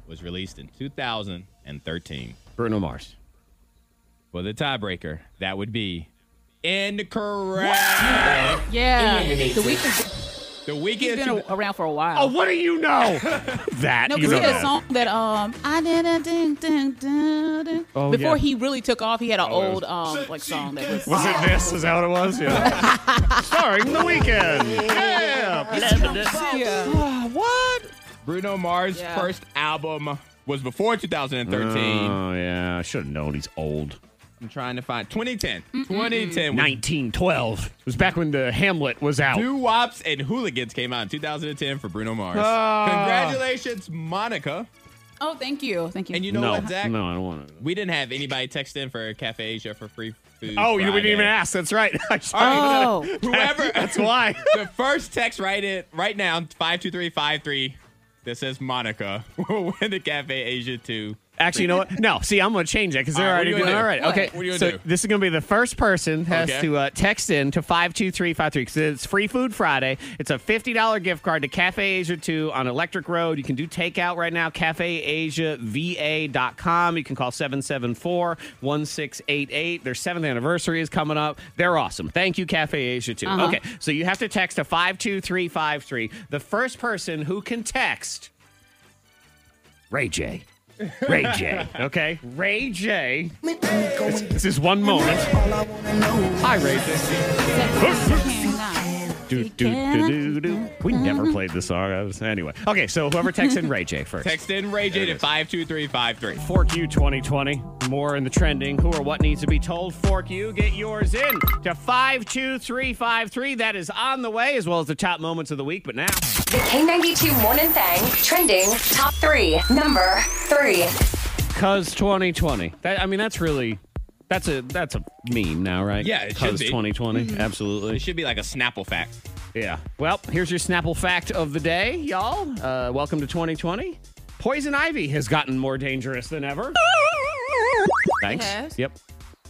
was released in 2013.
Bruno Mars.
For the tiebreaker, that would be incorrect.
Yeah. The Weeknd.
The
He's
weekend.
been a- around for a while.
what do you know? [laughs] that
No,
Oh, you
because he
don't
had
know.
a song that um I did a ding ding ding ding.
Oh,
Before
yeah.
he really took off, he had an old um like song that was
Was it this? Is that what it was? Yeah.
[laughs]
Starring the weekend. Yeah.
yeah.
what?
Bruno Mars'
Yeah.
first album was before 2013.
Uh.
Oh yeah, I should have known he's old.
I'm trying to find 2010. 2010. was
1912. It was back when the Hamlet was out.
Doo Wops and Hooligans came out in 2010 for Bruno Mars.
Ah.
Congratulations, Monica.
Oh, thank you, thank you.
And you know
no,
what, Zach?
no, I don't want to.
We didn't have anybody text in for Cafe Asia for free food.
Oh, you we
Friday.
didn't
[laughs]
even ask. That's right. [laughs] I should-
Oh.
Whoever.
[laughs] That's why.
[laughs] the first text right in right now, 52353, that says Monica [laughs] will win the Cafe Asia 2.
Actually, you know what? No, see, I'm going to change that because they're
All right, what
already doing
are you
all
gonna do?
right.
What?
Okay,
What are you gonna
so
do?
this is going to be the first person has
Okay.
to uh, text in to five two three five three because it's Free Food Friday. It's a fifty dollar gift card to Cafe Asia Two on Electric Road. You can do takeout right now. CafeAsiaVA.com. You can call 774-1688. Their seventh anniversary is coming up. They're awesome. Thank you, Cafe Asia Two. Okay, so you have to text to five two three five three. The first person who can text. Ray J. Ray J. Okay? Ray J. This is one moment. Hi, Ray J. Do, do, do, do, do. We never played this song. I was, anyway. Okay, so whoever texts in Ray J first.
Text in Ray J to 52353.
Fork You 2020. More in the trending. Who or what needs to be told? Fork You. Get yours in to 52353. That is on the way, as well as the top moments of the week. But now,
The K92 Morning Thang trending top three. Number three.
cuz 2020. That, I mean, that's really. That's a that's a meme now, right?
Yeah, it should
Cuz
be.
2020. Absolutely.
It should be like a Snapple fact.
Yeah. Well, here's your Snapple fact of the day, y'all. Uh, welcome to 2020. Poison ivy has gotten more dangerous than ever. Thanks.
has?
Yep.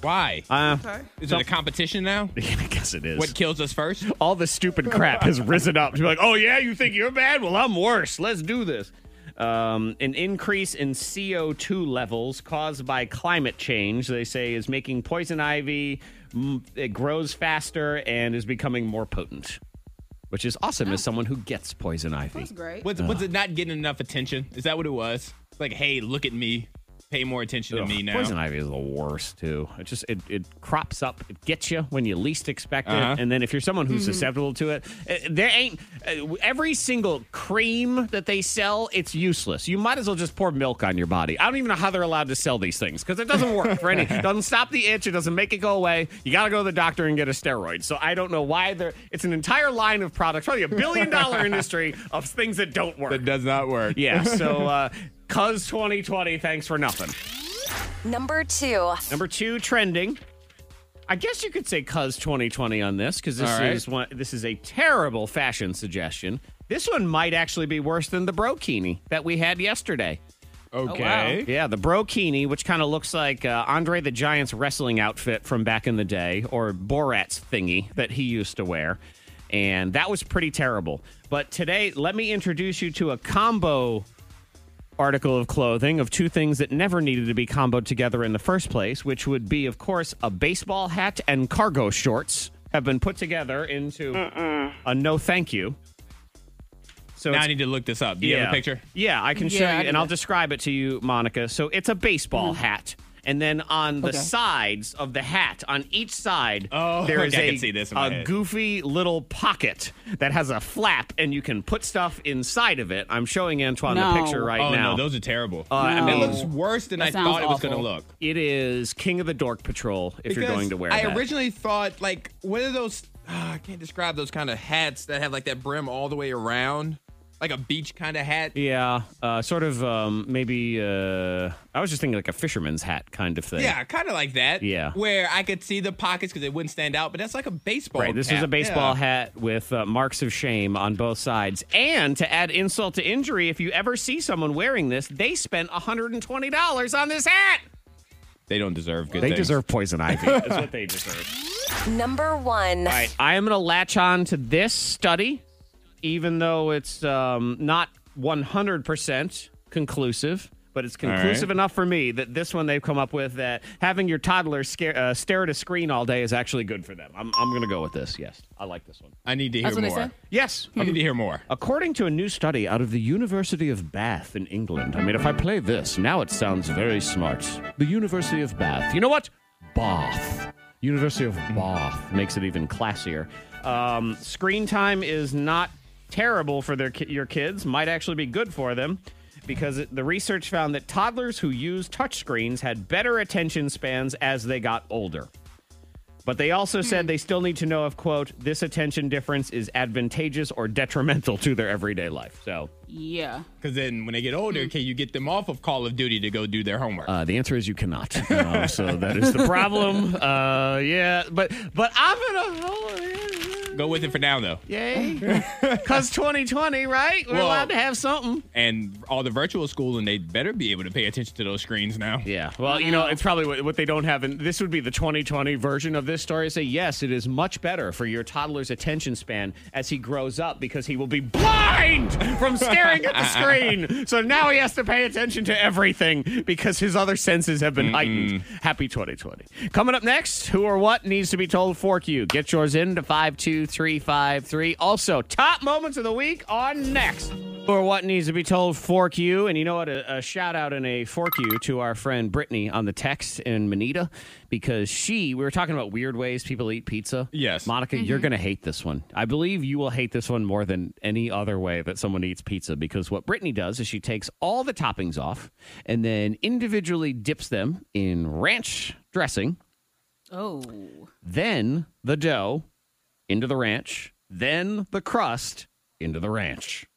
Why?
Uh,
Is it a competition now?
[laughs] I guess it is.
What kills us first?
All the stupid crap has risen up to be like, oh, yeah, you think you're bad? Well, I'm worse. Let's do this. Um, an increase in CO2 levels caused by climate change, they say, is making poison ivy, mm, it grows faster and is becoming more potent, which is awesome as someone who gets poison ivy.
That's great.
Was, was it not getting enough attention? Is that what it was? Like, hey, look at me. pay more attention to me now.
Poison ivy is the worst too. It just it, it crops up, it gets you when you least expect
Uh-huh.
it, and then if you're someone who's susceptible to it, eh, there ain't eh, every single cream that they sell. It's useless. You might as well just pour milk on your body. I don't even know how they're allowed to sell these things because it doesn't work for any.
[laughs]
It doesn't stop the itch. It doesn't make it go away. You got to go to the doctor and get a steroid. So I don't know why they're. It's an entire line of products, probably a billion dollar industry of things that don't
[laughs]
work.
That does not work.
yeah. So. Uh, Cuz 2020, thanks for nothing.
Number two.
Number two, trending. I guess you could say "cuz 2020" on this because this
All right.
is one. This is a terrible fashion suggestion. This one might actually be worse than the brokini that we had yesterday.
Oh,
Okay.
Yeah, the brokini, which kind of looks like uh, Andre the Giant's wrestling outfit from back in the day, or Borat's thingy that he used to wear, and that was pretty terrible. But today, let me introduce you to a combo article of clothing of two things that never needed to be comboed together in the first place, which would be, of course, a baseball hat and cargo shorts have been put together into a no thank you. So
Now
it's
I need to look this up. Do you have a picture?
yeah, I can show
Yeah, I
you,
do
and I'll
that.
describe it to you, Monica. So it's a baseball hat. And then on the
Okay.
sides of the hat, on each side,
Oh, [laughs]
there is
okay, I
a,
can see this in my
a
head.
goofy little pocket that has a flap, and you can put stuff inside of it. I'm showing Antoine the
No.
picture right
Oh
now. Uh,
no, those are terrible.
I
It
mean-
looks worse than
That
I
sounds
thought it was going to
awful.
look.
it is King of the Dork Patrol if you're
Because
going to wear
I
that.
originally thought like what are those ah, I can't describe those kind of hats that have like that brim all the way around. Like a beach kind of hat.
yeah, uh, sort of um, maybe. Uh, I was just thinking like a fisherman's hat kind of thing.
Yeah, kind of like that.
Yeah.
Where I could see the pockets because it wouldn't stand out, but that's like a baseball
Right, this
cap.
is a baseball
Yeah.
hat with uh, marks of shame on both sides. And to add insult to injury, if you ever see someone wearing this, they spent $120 on this hat.
They don't deserve good
They
things.
deserve [laughs] poison ivy. That's what they deserve.
Number one.
All right, I am going to latch on to this study, even though it's um, not 100% conclusive. But it's
right.
conclusive enough for me that this one they've come up with that having your toddler scare, uh, stare at a screen all day is actually good for them. I'm, I'm going to go with this. Yes, I like this one.
I need to hear
That's what they
more.
said?
Yes.
I need to hear more.
According to a new study out of the University of Bath in England, I mean, if I play this, now it sounds very smart. The University of Bath. You know what? Bath. University of Bath makes it even classier. Um, screen time is not terrible for their ki- your kids, might actually be good for them because it, the research found that toddlers who use touchscreens had better attention spans as they got older. But they also said they still need to know if, quote, this attention difference is advantageous or detrimental to their everyday life. So
Yeah.
Because then when they get older, can you get them off of Call of Duty to go do their homework?
uh, the answer is you cannot. Uh, so that is the problem. Uh, yeah, but but I'm going
[laughs]
to.
go with it for now, though.
Yay. Because 2020, right? We're
Well-
allowed to have something.
And all the virtual school, and they better be able to pay attention to those screens now.
Yeah. Well, you know, it's probably what, what they don't have. And this would be the 2020 version of this story. Say, yes, it is much better for your toddler's attention span as he grows up because he will be blind from staring at the screen. So now he has to pay attention to everything because his other senses have been heightened. Happy 2020. Coming up next, who or what needs to be told for you? Get yours in to 52353. Also, top moments of the week on next or what needs to be told fork you and you know what a, a shout out and a fork you to our friend brittany on the text in manita because she we were talking about weird ways people eat pizza
Yes.
monica you're gonna hate this one i believe you will hate this one more than any other way that someone eats pizza because what brittany does is she takes all the toppings off and then individually dips them in ranch dressing
Oh.
then the dough into the ranch then the crust into the ranch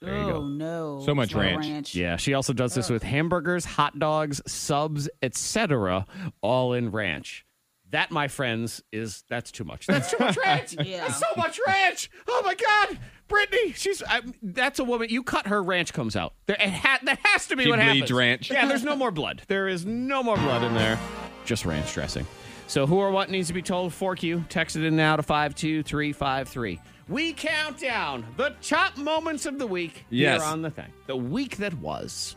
There
you go.
oh no.
So much
It's not
ranch.
Yeah, she also does this with hamburgers, hot dogs, subs, etc., all in ranch. That, my friends, is that's too much. That's too much ranch.
Yeah.
That's so much ranch. Oh my God, Brittany, she's I, that's a woman. You cut her, ranch comes out. There, it ha- that has to be
She
what
bleeds
happens.
ranch.
Yeah, there's no more blood. There is no more blood in there. Just ranch dressing. So, who or what needs to be told? Fork you. Text it in now to five two three five three. We count down the top moments of the week
Yes.
here on the thing. The week that was.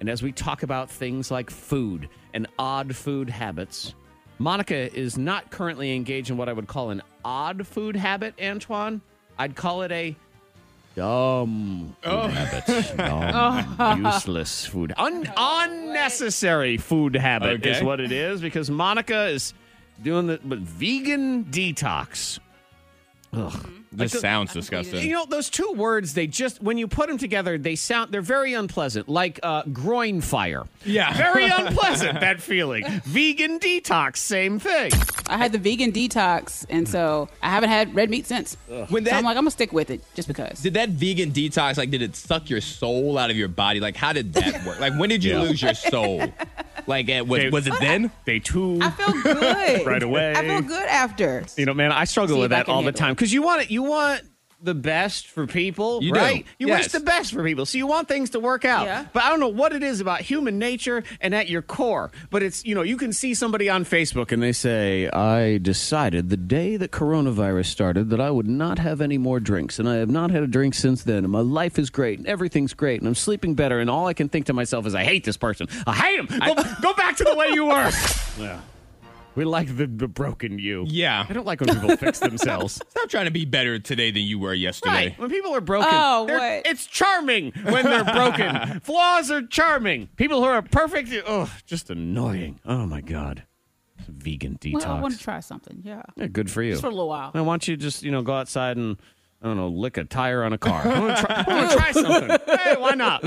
And as we talk about things like food and odd food habits, Monica is not currently engaged in what I would call an odd food habit, Antoine. I'd call it a Dumb food
Oh.
habits.
[laughs]
Dumb, useless food. Un- unnecessary food habit is
Okay.
what it is because Monica is doing the but vegan detox.
This sounds disgusting.
You know those two words. They just when you put them together, they sound they're very unpleasant, like uh, groin fire.
Yeah. [laughs]
very unpleasant that feeling. Vegan detox, same thing.
I had the vegan detox, and so I haven't had red meat since.
When
so
that-
I'm like, I'm gonna stick with it just because.
did that vegan detox like did it suck your soul out of your body? Like how did that work? Like when did you [laughs]
Yeah.
lose your soul? Like at, was,
Dude.
was it then?
They too.
I feel
[laughs]
good
Right away.
I feel good after.
You know, man, I struggle
See
with
if I
that
can
all the
handle
time because you want it. You want the best for people,
You do.
right? You
Yes.
wish the best for people, so you want things to work out.
Yeah.
But I don't know what it is about human nature and at your core. But it's you know, you can see somebody on Facebook and they say, "I decided the day that coronavirus started that I would not have any more drinks, and I have not had a drink since then. And my life is great, and everything's great, and I'm sleeping better. And all I can think to myself is, I hate this person. I hate him. Go, go back to the way you
[laughs]
were." yeah. We like the, the broken you.
Yeah.
I don't like when people fix [laughs] themselves.
Stop trying to be better today than you were yesterday.
Right. When people are broken,
Oh,
they're-
what?
it's charming when they're [laughs] broken. Flaws are charming. People who are perfect, oh, just annoying. Oh my god. Vegan detox.
Well, I want to try something. Yeah.
Yeah, good for you.
Just for a little while.
I want you to just, you know, go outside and I don't know, lick a tire on a car. I want to try, I
[laughs]
wanna try something. Hey, why [laughs] not?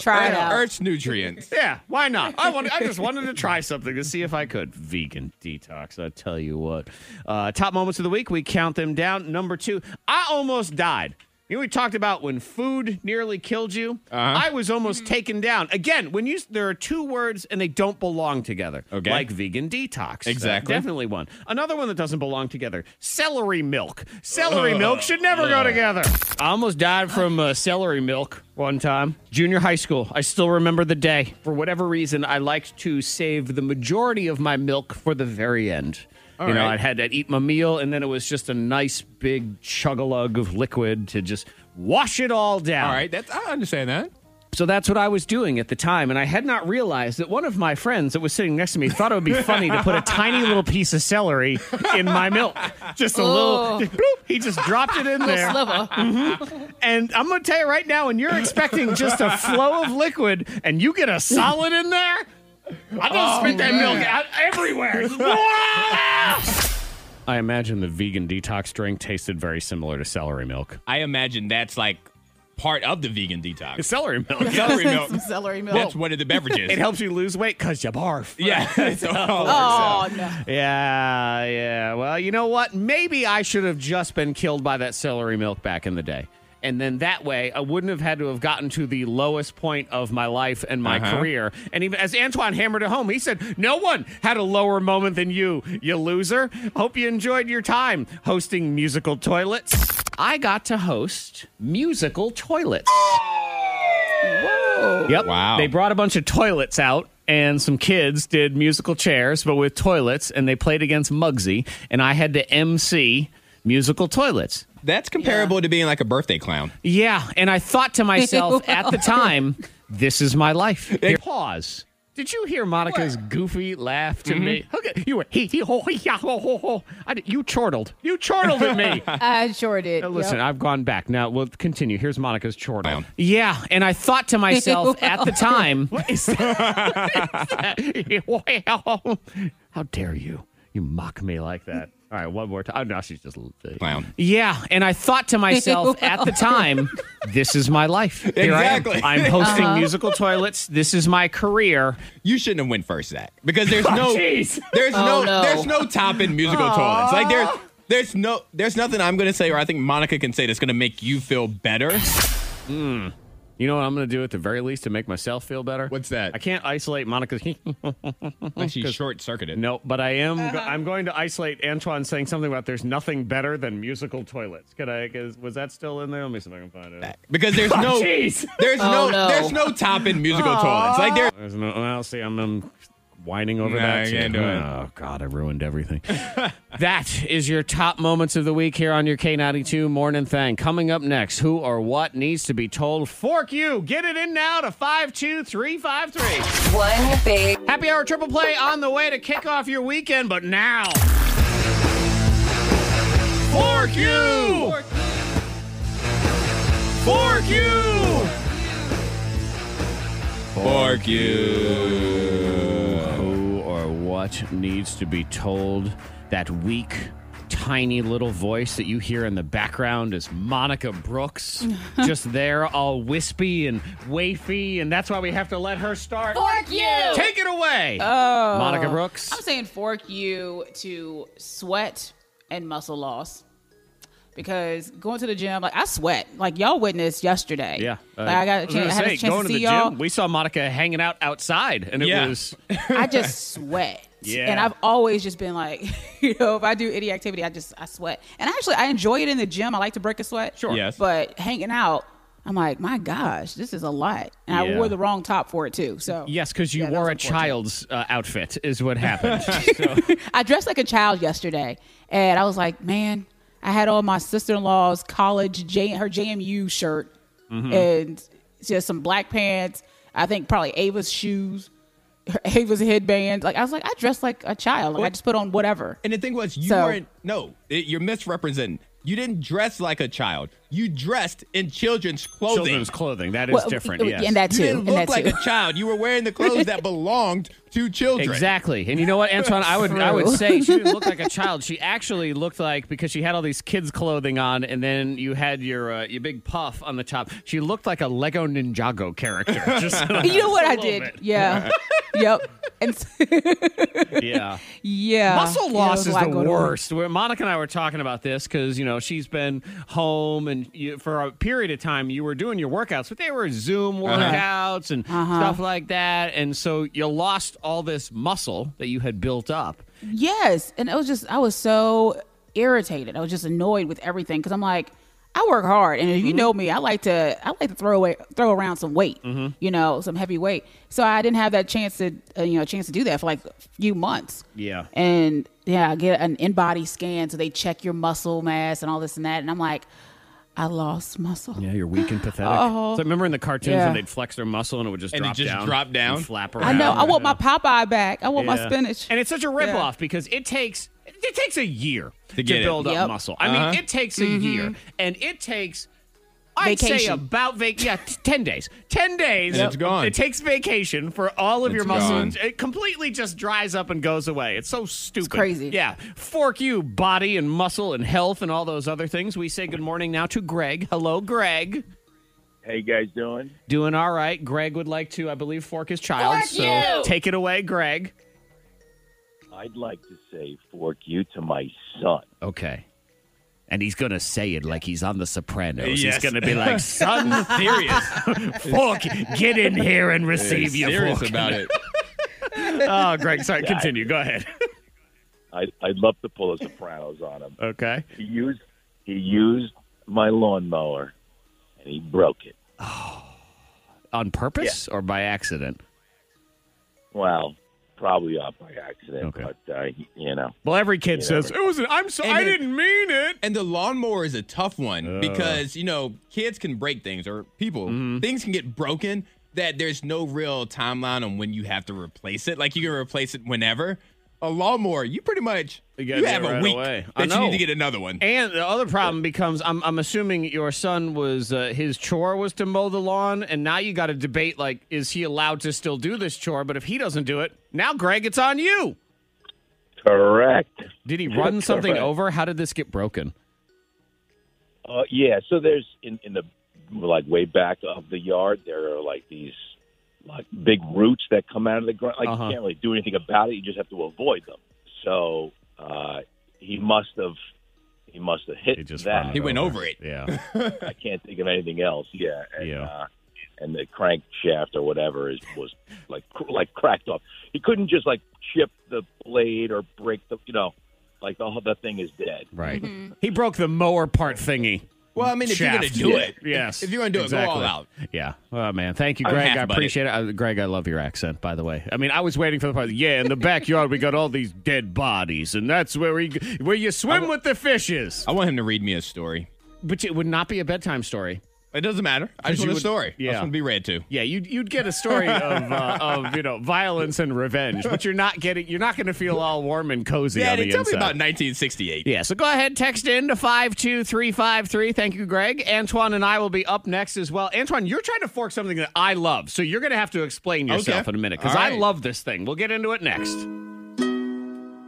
Try it out.
Earth's nutrients.
Yeah, why not? I want. I just wanted to try something to see if I could. Vegan detox. I tell you what. Uh, top moments of the week. We count them down. Number two. I almost died. You know, we talked about when food nearly killed you.
Uh-huh.
I was almost taken down. Again, when you there are two words and they don't belong together.
Okay.
Like vegan detox.
Exactly.
Uh, definitely one. Another one that doesn't belong together. Celery milk. Celery milk should never go together. I almost died from uh, celery milk one time. Junior high school. I still remember the day. For whatever reason, I liked to save the majority of my milk for the very end. you know,
right.
I had to eat my meal, and then it was just a nice big chug-a-lug of liquid to just wash it all down.
All right, that's I understand that.
So that's what I was doing at the time, and I had not realized that one of my friends that was sitting next to me thought it would be funny to put a tiny little piece of celery in my milk. Just a little, just bloop, he just dropped it in there. Mhm. And I'm going to tell you right now, when you're expecting just a flow of liquid and you get a solid in there, I just spit that
Oh,
milk out everywhere. I imagine the vegan detox drink tasted very similar to celery milk.
I imagine that's like part of the vegan detox.
celery milk.
Celery milk.
Some celery milk.
That's one of the beverages.
[laughs] It helps you lose weight because you barf. [laughs]
yeah. [laughs] So-
oh no.
Yeah, yeah. Well, you know what? Maybe I should have just been killed by that celery milk back in the day. And then that way, I wouldn't have had to have gotten to the lowest point of my life and my
Uh-huh.
career. And even as Antoine hammered it home, he said, No one had a lower moment than you, you loser. Hope you enjoyed your time hosting musical toilets. I got to host musical toilets.
Oh.
Yep.
Wow.
They brought a bunch of toilets out, and some kids did musical chairs, but with toilets, and they played against Muggsy, and I had to MC musical toilets.
That's comparable to being like a birthday clown.
Yeah, and I thought to myself at the time, this is my life. Pause. Did you hear Monica's goofy laugh to me? Okay, you were he he ho he ya ho ho ho. I did- you chortled. You chortled at me.
I sure did.
Now, listen, I've gone back. Now we'll continue. Here's Monica's chortle.
Clown.
Yeah, and I thought to [laughs] myself at the time, what is [laughs] that? What is that? How dare you? You mock me like that. All right, one more time. Oh, no, she's just a little-
Clown.
Yeah, and I thought to [laughs] myself at the time, this is my life. Here I am.
Exactly.
I'm hosting musical toilets. This is my career.
You shouldn't have went first, Zach,
[laughs]
because there's no,
Oh, jeez. Oh,
there's no,
no.
there's no top in musical toilets. Like there's, there's no, there's nothing I'm gonna say or I think Monica can say that's gonna make you
[laughs]
feel better.
You know what I'm going to do at the very least to make myself feel better?
What's that?
I can't isolate Monica's.
Like she short circuited.
No, but I am. I'm going to isolate Antoine saying something about there's nothing better than musical toilets. Could I? Is, was that still in there? Let me see if I can find it.
because
[laughs]
there's no,
Oh, jeez. Oh,
there's no,
no.
there's no top in musical toilets. Like there,
There's no. Well, see, I'm, I'm whining over
Nah,
that.
you
too.
can't do it.
Oh God, I ruined
[laughs]
everything. that is your top moments of the week here on your K92 Morning Thing. Coming up next, who or what needs to be told? Fork you. Get it in now to five two three five three.
One big
Happy hour triple play on the way to kick off your weekend, but now. Fork you!
Fork you! Fork you.
Who or what needs to be told that weak, tiny little voice that you hear in the background is Monica Brooks, just there, all wispy and wafy, and that's why we have to let her start.
Oh.
Fork you!
Take it away, Monica Brooks.
I'm saying fork you to sweat and muscle loss. Because going to the gym, like I sweat. Like y'all witnessed yesterday.
Yeah, uh,
Like, I got a
was gonna
chance, I had
say,
a chance
going
to
the
see y'all.
Gym, we saw Monica hanging out outside, and it
Yeah.
was
I
[laughs]
just sweat.
Yeah.
And I've always just been like, [laughs] you know, if I do any activity, I just I sweat. And actually I enjoy it in the gym. I like to break a sweat.
Sure. Yes.
But hanging out, I'm like, my gosh, this is a lot. And
Yeah.
I wore the wrong top for it too. So
yes, because you
Yeah, that
wore
was
a
unfortunate.
child's uh, outfit, is what happened.
I dressed like a child yesterday, and I was like, man, I had on my sister in law's college J her JMU shirt, and she had some black pants. I think probably Ava's shoes, her- [laughs] Ava's headband. Like I was like, I dressed like a child. Like I just put on whatever.
And the thing was, you
So-
weren't. No, it- you're misrepresenting. You didn't dress like a child. You dressed in children's clothing.
Children's clothing that is
Well,
different.
and
yes.
that
you
too.
didn't
and
look
that
like
too.
a child. You were wearing the clothes
[laughs]
that belonged to children.
Exactly. And you know what, Antoine? I would I would
True.
say she didn't look
[laughs]
like a child. She actually looked like because she had all these kids clothing on, and then you had your uh, your big puff on the top. She looked like a Lego Ninjago character. [laughs] Just
[laughs] you
[laughs]
know what I
little
did?
bit.
Yeah. yep. And [laughs] s-
yeah.
yeah.
Muscle
Yeah,
loss
there's a
is
lot
the
going on.
worst. Where Monica and I were talking about this because you know she's been home and you, for a period of time you were doing your workouts, but they were Zoom
Uh-huh.
workouts and stuff like that, and so you lost all this muscle that you had built up.
Yes, and it was just I was so irritated. I was just annoyed with everything because I'm like, I work hard, and
Mm-hmm.
if you know me, I like to I like to throw away throw around some weight,
Mm-hmm.
you know, some heavy weight. So I didn't have that chance to uh, you know chance to do that for like a few months.
Yeah.
and yeah, I get an in body scan, so they check your muscle mass and all this and that, and I'm like, I lost muscle.
Yeah, you're weak and pathetic. So remember in the cartoons
Yeah.
when they'd flex their muscle and it would just
And it
drop
just
down,
dropped down?
and flap around.
I know. I want my Popeye back. I want my
Yeah.
spinach.
And it's such a ripoff off because it takes it takes a year to,
get it.
build up
Yep. Mm-hmm.
muscle. I
Uh-huh.
mean, it takes a year, and it takes. I'd say
Vacation.
about vac- yeah, t- ten days. Ten days.
And it's gone.
It takes vacation for all of
It's
your muscles.
gone.
It completely just dries up and goes away. It's so stupid.
crazy.
Yeah. Fork you, body and muscle and health and all those other things. We say good morning now to Greg. Hello, Greg.
How you guys doing?
Doing all right. Greg would like to, I believe, fork his child.
Fork
so
you!
take it away, Greg.
I'd like to say fork you to my son.
Okay. And he's going to say it like he's on The Sopranos.
Yes.
He's going to be
[laughs]
like, son, [laughs]
Serious.
fork, get in here and receive your
serious
fork. [laughs]
about it.
Oh, Greg, sorry, continue. Go
[laughs]
ahead.
I, I'd love to pull the Sopranos on him.
Okay.
He used he used my lawnmower, and he broke it.
On purpose or by accident?
Well, probably not by accident,
Okay.
but uh, he- you know,
Well, every kid
Yeah.
says, it was an, I'm sorry,
And
I
it-
didn't mean it.
And the lawnmower is a tough one because, you know, kids can break things or people,
Mm-hmm.
things can get broken that there's no real timeline on when you have to replace it. Like you can replace it whenever. A lawnmower, you pretty much
You
you,
gotta do it
have
right
a week
away. I
that you
know.
need to get another one.
And the other problem becomes I'm, I'm assuming your son was, uh, his chore was to mow the lawn, and now you got to debate, like, is he allowed to still do this chore? But if he doesn't do it, now, Greg, it's on you.
correct.
[laughs]
Did he run something
Correct.
over? How did this get broken?
Uh, yeah, so there's in in the like way back of the yard there are like these like big roots that come out of the ground. Like
Uh-huh.
you can't really do anything about it. You just have to avoid them. So uh, he must have he must have hit that.
He went over it. [laughs]
Yeah.
I can't think of anything else. Yeah. And,
Yeah.
Uh, and the crankshaft or whatever is was like cr- like cracked off. He couldn't just like chip the blade or break the you know like the whole- the thing is dead.
Right. [laughs] He broke the mower part thingy.
Well, I mean, if
Shaft.
you're going to do it,
Yes.
if you're going to do it, go all out.
Yeah. Oh, man. Thank you,
I would
Greg. I
half-butt it.
appreciate it. Uh, Greg, I love your accent, by the way. I mean, I was waiting for the part. Yeah, in the backyard, we got all these dead bodies, and that's where we where you swim with the fishes.
I want him to read me a story.
But it would not be a bedtime story.
It doesn't matter. I just
you
want a
would-
story. I
yeah.
just want to be read to.
Yeah, you'd you'd get a story of
[laughs]
uh, of you know violence and revenge, but you're not getting. You're not going to feel all warm and cozy on
Daddy,
the
tell
inside.
me about 1968.
yeah, so go ahead, text in to five two three five three. Thank you, Greg. Antoine and I will be up next as well. Antoine, you're trying to fork something that I love, so you're going to have to explain yourself
Okay.
in a minute because
All
I
right.
love this thing. We'll get into it next.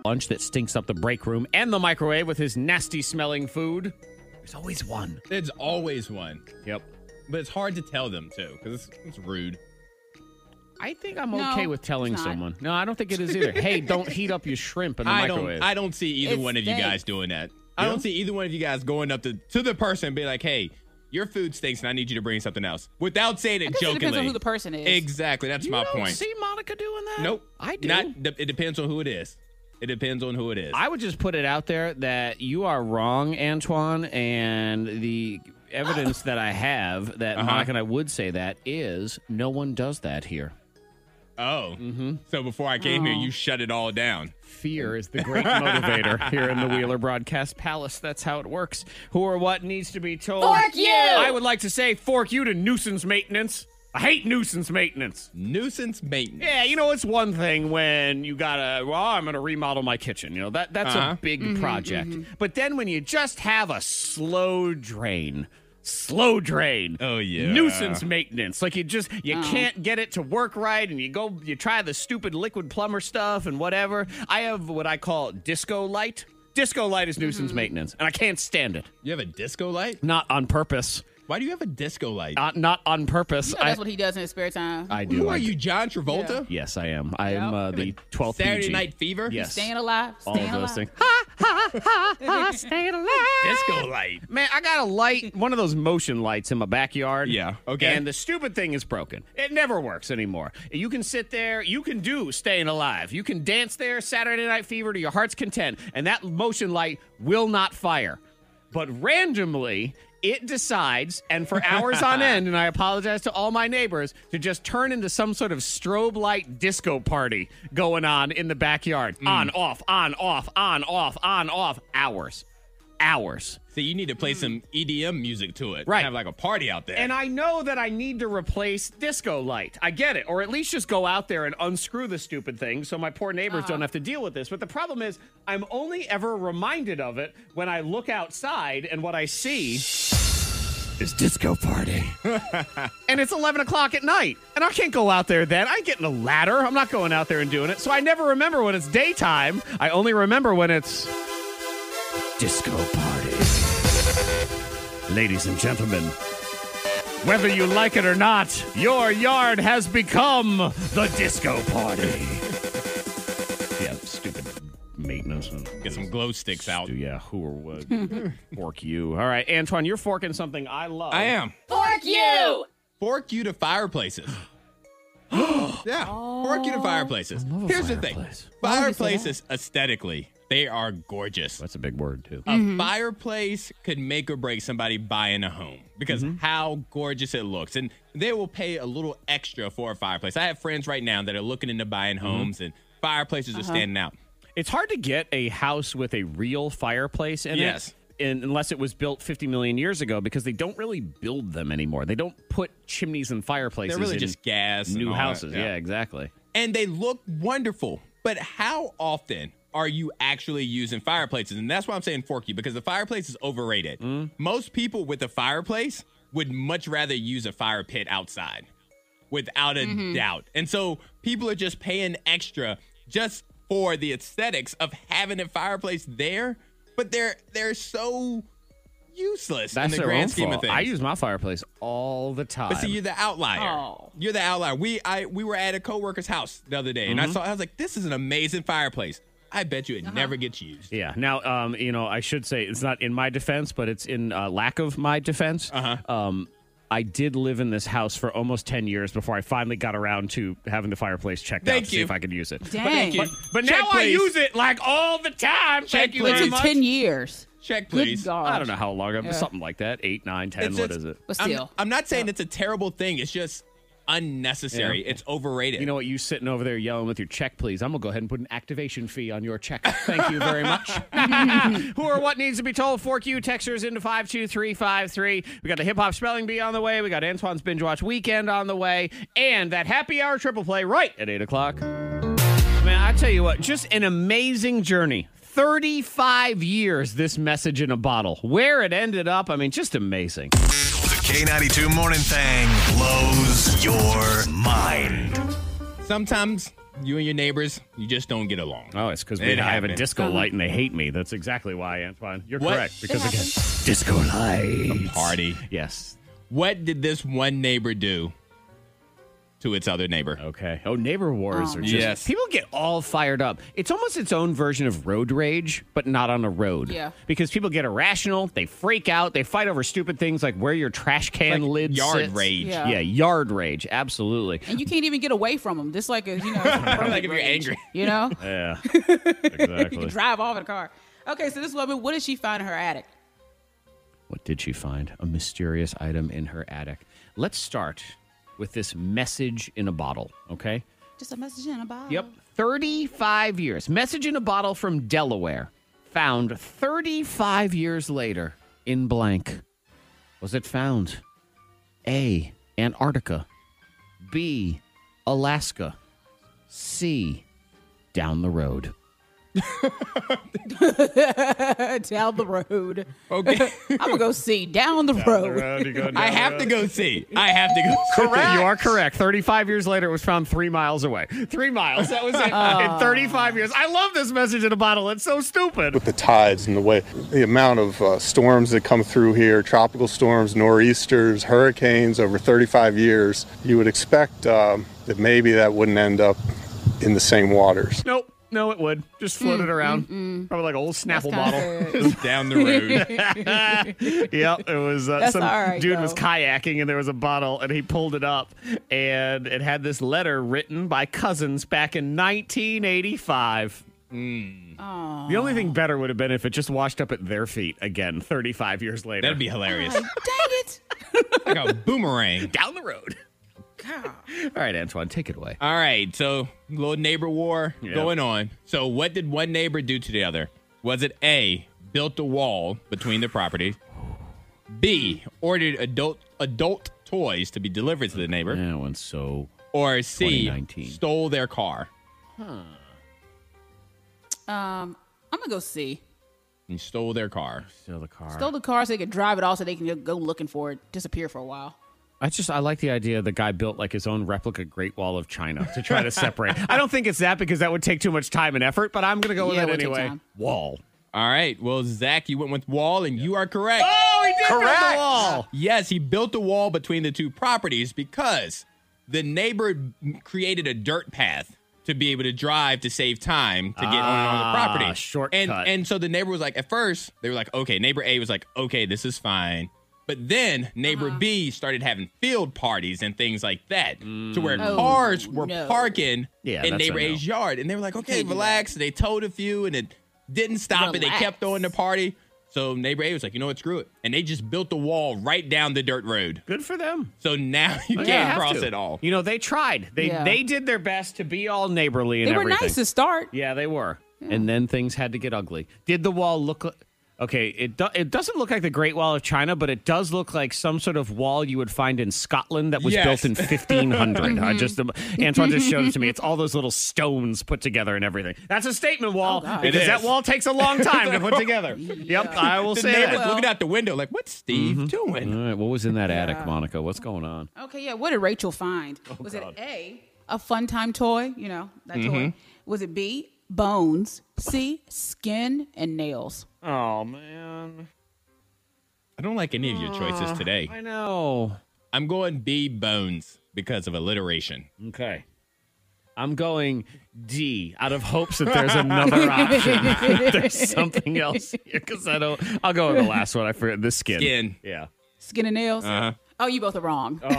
Lunch that stinks up the break room and the microwave with his nasty smelling food. There's always one.
There's always one,
Yep.
but it's hard to tell them too because it's, it's rude.
I think I'm
No,
okay with telling
it's not.
someone. No, I don't think it is
[laughs]
either. hey, don't heat up your shrimp in the
I
microwave.
don't. I don't see either
It
one of you
stinks.
guys doing that. I don't see either one of you guys going up to to the person and be like, "Hey, your food stinks, and I need you to bring something else," without saying it
guess it
jokingly.
depends on who the person is.
Exactly. That's
you
my
don't
point.
see Monica doing that?
nope.
I do.
Not. de- It depends on who it is. It depends on who it is.
I would just put it out there that you are wrong, Antoine, and the evidence that I have that Monica and I would say that is no one does that here.
oh. So before I came here, you shut it all down.
Fear is the great motivator here in the Wheeler Broadcast Palace. That's how it works. Who or what needs to be told? Fork you! I would like to say fork you to nuisance maintenance. I hate nuisance maintenance.
Nuisance maintenance.
Yeah, you know it's one thing when you gotta. Well, I'm gonna remodel my kitchen. You know that that's
Uh-huh.
a big project. But then when you just have a slow drain, slow drain.
Oh, yeah.
nuisance maintenance. Like you just you can't get it to work right, and you go you try the stupid liquid plumber stuff and whatever. I have what I call disco light. Disco light is nuisance maintenance, and I can't stand it.
You have a disco light?
Not on purpose.
Why do you have a disco light?
Not not on purpose.
You know that's
I,
what he does in his spare time.
I do.
who
I
are
do.
Uh, you, John Travolta?
Yes, I am. I am
Yep.
uh, the 12th
Saturday
PG.
Night Fever?
Yes.
staying alive.
all
Staying
of those
alive.
things. Ha ha ha ha! [laughs] Staying alive.
Disco light.
Man, I got a light, one of those motion lights in my backyard.
Yeah, okay.
And the stupid thing is broken. It never works anymore. You can sit there, you can do staying alive. You can dance there, Saturday Night Fever to your heart's content, and that motion light will not fire. But randomly, it decides, and for hours
[laughs]
on end, and I apologize to all my neighbors, to just turn into some sort of strobe light disco party going on in the backyard.
Mm.
On, off, on, off, on, off, on, off. Hours. Hours.
So you need to play some EDM music to it.
Right.
Have like a party out there.
And I know that I need to replace disco light. I get it. Or at least just go out there and unscrew the stupid thing so my poor neighbors don't have to deal with this. But the problem is, I'm only ever reminded of it when I look outside and what I see is disco party. and it's 11 o'clock at night. And I can't go out there then. I ain't getting a ladder. I'm not going out there and doing it. So I never remember when it's daytime. I only remember when it's disco party. Ladies and gentlemen, whether you like it or not, your yard has become the disco party. [laughs] yeah, stupid maintenance.
Get some glow sticks out.
Yeah, who or
[laughs]
what? Fork you. All right, Antoine, you're forking something I love.
I am.
Fork you!
Fork you to [gasps] fireplaces. yeah. Fork you to fireplaces. Here's the thing
fireplace.
fireplaces, aesthetically, they are gorgeous.
That's a big word, too.
A fireplace could make or break somebody buying a home because
Mm-hmm.
how gorgeous it looks. And they will pay a little extra for a fireplace. I have friends right now that are looking into buying
Mm-hmm.
homes and fireplaces
Uh-huh.
are standing out.
It's hard to get a house with a real fireplace in
Yes.
it. in- unless it was built 50 million years ago, because they don't really build them anymore. They don't put chimneys and fireplaces
They're really
in
just gas. and
new
all that.
houses. yeah, exactly.
and they look wonderful. But how often are you actually using fireplaces? And that's why I'm saying forky because the fireplace is overrated.
Mm-hmm.
Most people with a fireplace would much rather use a fire pit outside, without a
Mm-hmm.
doubt. And so people are just paying extra just for the aesthetics of having a fireplace there, but they're they're so useless
That's
in the
their own
grand scheme
fault.
of things.
I use my fireplace all the time.
But see, you're the outlier.
Oh.
You're the outlier. We I we were at a coworker's house the other day, and I
Mm-hmm.
saw. I was like, "This is an amazing fireplace. I bet you it
Uh-huh.
never gets used."
Yeah. Now, um, you know, I should say it's not in my defense, but it's in uh, lack of my defense. Uh-huh. Um, I did live in this house for almost ten years before I finally got around to having the fireplace checked out
Thank
to see
you.
if I could use it.
Dang.
you.
But
Check,
now I
please.
use it like all the time. Thank you
please.
very
Took
much.
ten years.
Check,
Good
please.
God.
I don't know how long. I've Something like that. Eight, nine, ten.
It's
what
just-
is it?
But
I'm,
still,
I'm not saying it's a terrible thing. It's just unnecessary. It's overrated.
You know what? You sitting over there yelling with your check, please. I'm gonna go ahead and put an activation fee on your check. Thank you very much. [laughs] Who or what needs to be told? Fork you texters into five two three five three. We got the hip hop spelling bee on the way. We got Antoine's binge watch weekend on the way, and that happy hour triple play right at eight o'clock. Man, I tell you what, just an amazing journey. 35 years, this message in a bottle. Where it ended up, I mean, just amazing.
The K92 Morning Thing blows your mind.
Sometimes you and your neighbors, you just don't get along.
Oh, it's because
It
I have a
happened.
disco light and they hate me. That's exactly why, Antoine. You're
What?
correct. Because again, disco light.
Party.
Yes.
What did this one neighbor do to its other neighbor?
Okay. Oh, neighbor wars are just.
Yes.
People get all fired up. It's almost its own version of road rage, but not on the road.
Yeah.
Because people get irrational. They freak out. They fight over stupid things like where your trash can
Like
lid
yard
sits.
rage.
Yeah.
Yeah. yard rage.
[laughs]
Absolutely.
and you can't even get away from them. Just like
[laughs]
a, you know, like
if you're angry.
you know,
Yeah.
you
exactly.
can drive off in a car. Okay, so this woman, what did she find in her attic?
What did she find? A mysterious item in her attic. Let's start with this message in a bottle, okay?
Just a message in a bottle.
Yep. 35 years. Message in a bottle from Delaware. Found 35 years later in blank. Was it found? A. Antarctica. B. Alaska. C. Down the road.
[laughs] down the road.
Okay.
I'm gonna go see down the road.
[laughs]
[laughs] I have to go see. I have to go.
Correct. You are correct. 35 years later, it was found three miles away. Three miles. That [laughs] was it. In 35 years. I love this message in a bottle. It's so stupid.
the tides and the way the amount of uh, storms that come through here tropical storms nor'easters hurricanes over 35 years you would expect um, that maybe that wouldn't end up in the same waters
Nope. No, it would. Just floated around. Probably like an old Snapple bottle.
[laughs]
[laughs]
Down the road.
yep. It was uh,
That's
some
all right,
dude was
though.
kayaking and there was a bottle and he pulled it up and it had this letter written by cousins back in 1985. Hmm. The only thing better would have been if it just washed up at their feet again 35 years later.
That'd be hilarious.
Dang it!
like a boomerang.
down the road. All right, Antoine, take it away.
All right. So, little neighbor war
Yeah.
going on. So, what did one neighbor do to the other? Was it A, built a wall between the properties? B, ordered adult adult toys to be delivered to the neighbor?
That one's so.
Or C,
2019.
stole their car?
Um, I'm gonna go see.
And stole their car.
Still the car.
Stole the car so they could drive it all, so they can go looking for it. Disappear for a while.
I just I like the idea the guy built like his own replica Great Wall of China to
[laughs]
try to separate. I don't think it's that because that would take too much time and effort, but I'm gonna go with
Yeah,
it
it would take
anyway.
time.
Wall.
All right. Well, Zach, you went with wall, and you are correct.
Oh, he did build
Correct.
the wall.
Yes, he built a wall between the two properties because the neighbor created a dirt path to be able to drive to save time to get on and on the
Ah,
property. And
shortcut.
and so the neighbor was like, at first they were like, okay, neighbor A was like, okay, this is fine. But then neighbor
Uh-huh.
B started having field parties and things like that to where
Mm.
Oh,
cars were
no.
parking
Yeah,
in
that's a
neighbor
no.
A's yard. And they were like, okay,
can't do
relax. They towed a few and it didn't stop it. They kept
Relax.
throwing the party. So neighbor A was like, you know what, screw it. And they just built a wall right down the dirt road.
Good for them.
So now [laughs] you
Oh, You
can't
have
cross
to.
at all.
You know they tried. They
Yeah.
they did their best to be all neighborly and
They were
everything.
nice to start.
Yeah, they were. And then things had to get ugly. Did the wall look li- Okay, it do- it doesn't look like the Great Wall of China, but it does look like some sort of wall you would find in Scotland that was
Yes. [laughs]
built in 1500.
Mm-hmm.
I just um, Antoine just showed it to me. It's all those little stones put together and everything. That's a
Oh,
statement wall
It
because
is.
that wall takes a long time to
[laughs]
put together. Yep, I will
The
say
neighbor's
that. Mm-hmm.
looking out the window like, what's Steve doing?
All right, what was in that attic, Monica? What's going on?
Okay, yeah. What did Rachel find? was it A, a fun time toy? You know, that toy. Was it B, bones? C, skin and nails?
Oh man,
I don't like any of your choices today.
I
Oh,
know.
I'm going B bones because of alliteration.
Okay. I'm going D out of hopes that there's
[laughs]
another option. [laughs] that there's something else here because I don't. I'll go with the last one. I forget the skin.
Skin.
Yeah.
Skin and nails? Oh, you both are wrong. [laughs] On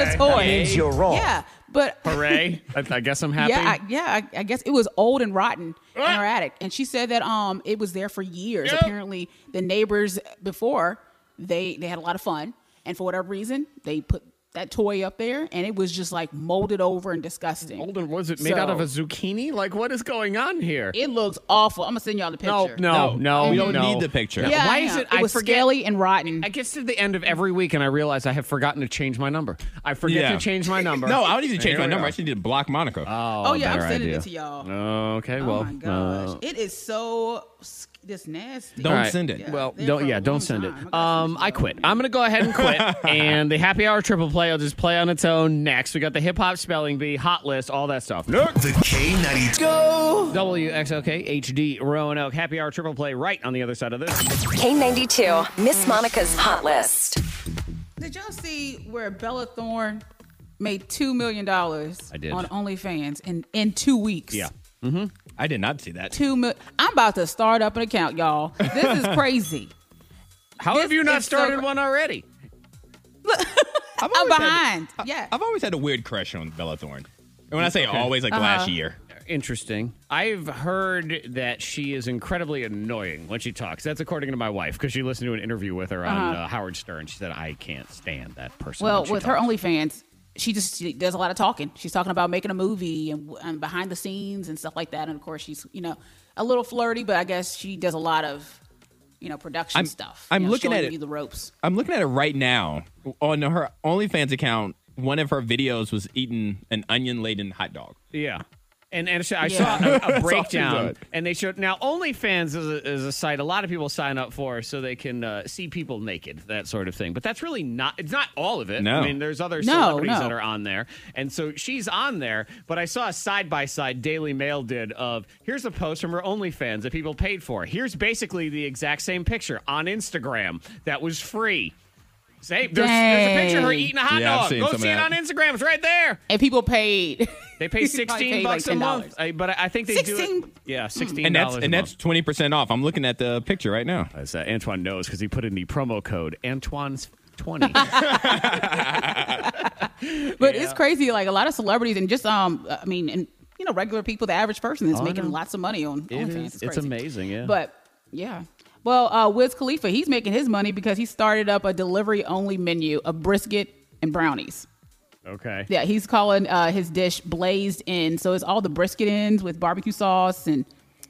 a toy.
You're wrong.
Yeah, but
Hooray! I, I guess I'm happy.
yeah, I, yeah. I, I guess it was old and rotten in her attic, and she said that um it was there for years. Apparently, the neighbors before they they had a lot of fun, and for whatever reason they put that toy up there, and it was just like molded over and disgusting.
Olden, was it made
So-
out of a zucchini? Like, what is going on here?
It looks awful. I'm gonna send y'all the
No,
picture.
no, no.
we don't
no.
need the picture.
Yeah,
Why
I
is
know.
it- I
was
forget-
scaly and rotten.
I gets to the end of every week and I realize I have forgotten to change my number. I forget
Yeah.
to change
[laughs]
my number.
No, I don't need to change
Here
my
we
number.
are.
I actually need to block Monica.
oh yeah, I'm
better
sending
idea.
it to y'all.
Oh, okay,
oh
well.
my gosh,
uh,
it is so s- this nasty.
Don't
all right.
send it. Yeah,
Well,
there
don't
for a
yeah,
long
don't send
time. I
it.
got so
Um,
much
I
to
quit.
do.
I'm gonna go ahead and
[laughs]
quit. and the happy hour triple play, I'll just play on its own next. We got the hip hop spelling bee, hot list, all that stuff.
The K92.
WXOK HD Roanoke happy hour triple play right on the other side of this.
K92, Miss Monica's Hot List.
Did y'all see where Bella Thorne made two million dollars
I did.
on OnlyFans in in two weeks?
Yeah.
I did not see
[laughs]
that.
two mil- I'm about to start up an account, y'all. This
[laughs]
is crazy.
How
This
have you not
is so
started
cr-
one already?
I've
I'm
always had-
behind. yeah.
I've always had a weird crush on Bella Thorne. And when I say always, like last year.
Interesting. I've heard that she is incredibly annoying when she talks. That's according to my wife because she listened to an interview with her on uh, Howard Stern. She said, "I can't stand that person."
Uh-huh. well,
when she
with her
talks."
OnlyFans, she just she does a lot of talking. She's talking about making a movie and, and behind the scenes and stuff like that. And of course, she's you know a little flirty, but I guess she does a lot of you know production
I'm-
stuff.
I'm
you know,
looking at
showing
it.
you the ropes.
I'm looking at it right now on her OnlyFans account. One of her videos was eating an onion laden hot dog.
yeah. And, and she- I
Yeah. [laughs]
saw a, a
doing.
breakdown, and they showed now OnlyFans is a, is a site a lot of people sign up for so they can uh, see people naked, that sort of thing. But that's really not it's not all of it.
No.
I mean, there's other
No,
celebrities
no.
that are on there, and so she's on there. But I saw a side by side Daily Mail did of here's a post from her OnlyFans that people paid for. Here's basically the exact same picture on Instagram that was free. Same. There's, there's a picture of her
Dang.
eating a hot
Yeah, I've
dog.
seen
Go
some of
see it
that.
on Instagram. It's right there.
And people paid. [laughs]
They pay
They probably
sixteen
pay, like,
bucks a month,
$10.
I, but I think they do. It,
16?
yeah, sixteen
And that's
dollars
and
a
that's
month.
twenty percent off. I'm looking at the picture right now.
As, uh, Antoine knows because he put in the promo code Antoine's
[laughs]
twenty.
But it's crazy. Like a lot of celebrities and just um, I mean, and you know, regular people, the average person is
Oh, I know.
making lots of money on
It
OnlyFans.
is.
It's,
It's
crazy.
amazing, yeah.
But yeah. Well, uh, Wiz Khalifa, he's making his money because he started up a delivery only menu of brisket and brownies.
okay.
Yeah, he's calling uh, his dish blazed in. So it's all the brisket ends with barbecue sauce and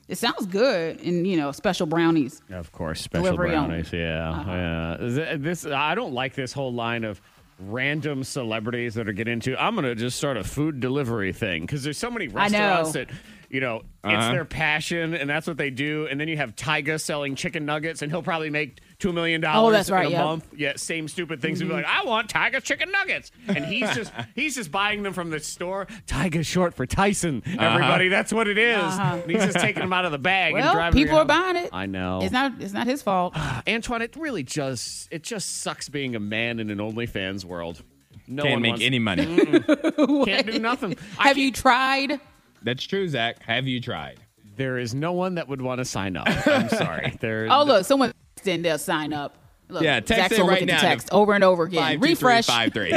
it sounds good and you know, special brownies.
Of course, special
Delivery only.
brownies. Yeah,
Uh-huh.
yeah. Th- This I don't like this whole line of random celebrities that are getting into. I'm gonna just start a food delivery thing because there's so many restaurants
know.
that you know it's their passion and that's what they do. And then you have Tyga selling chicken nuggets, and he'll probably make two million dollars
Oh, that's right,
in a
yeah.
month. Yeah, same stupid things. He'll be like, I want Tyga's chicken nuggets, and
[laughs]
he's just he's just buying them from the store. Tyga's short for Tyson. Everybody, that's what it is. And he's just taking them out of the bag and
Uh-huh. Well,
driving.
people are
around.
buying it.
I know.
It's not it's not his fault.
Antoine, it really just it just sucks being a man in an OnlyFans world. No
Can't
one
make
wants-
any money.
[laughs] Can't
[laughs]
do
[laughs]
nothing. I
Have
can't-
you tried?
That's true, Zach. Have you tried?
There is no one that would want to sign
[laughs]
up. I'm sorry. There.
Oh look, someone in they'll sign up. Look,
Yeah, text
Zach's
it
gonna look
right
at
now
the
to
text over and over again.
Five two three
Refresh.
five
[laughs]
three.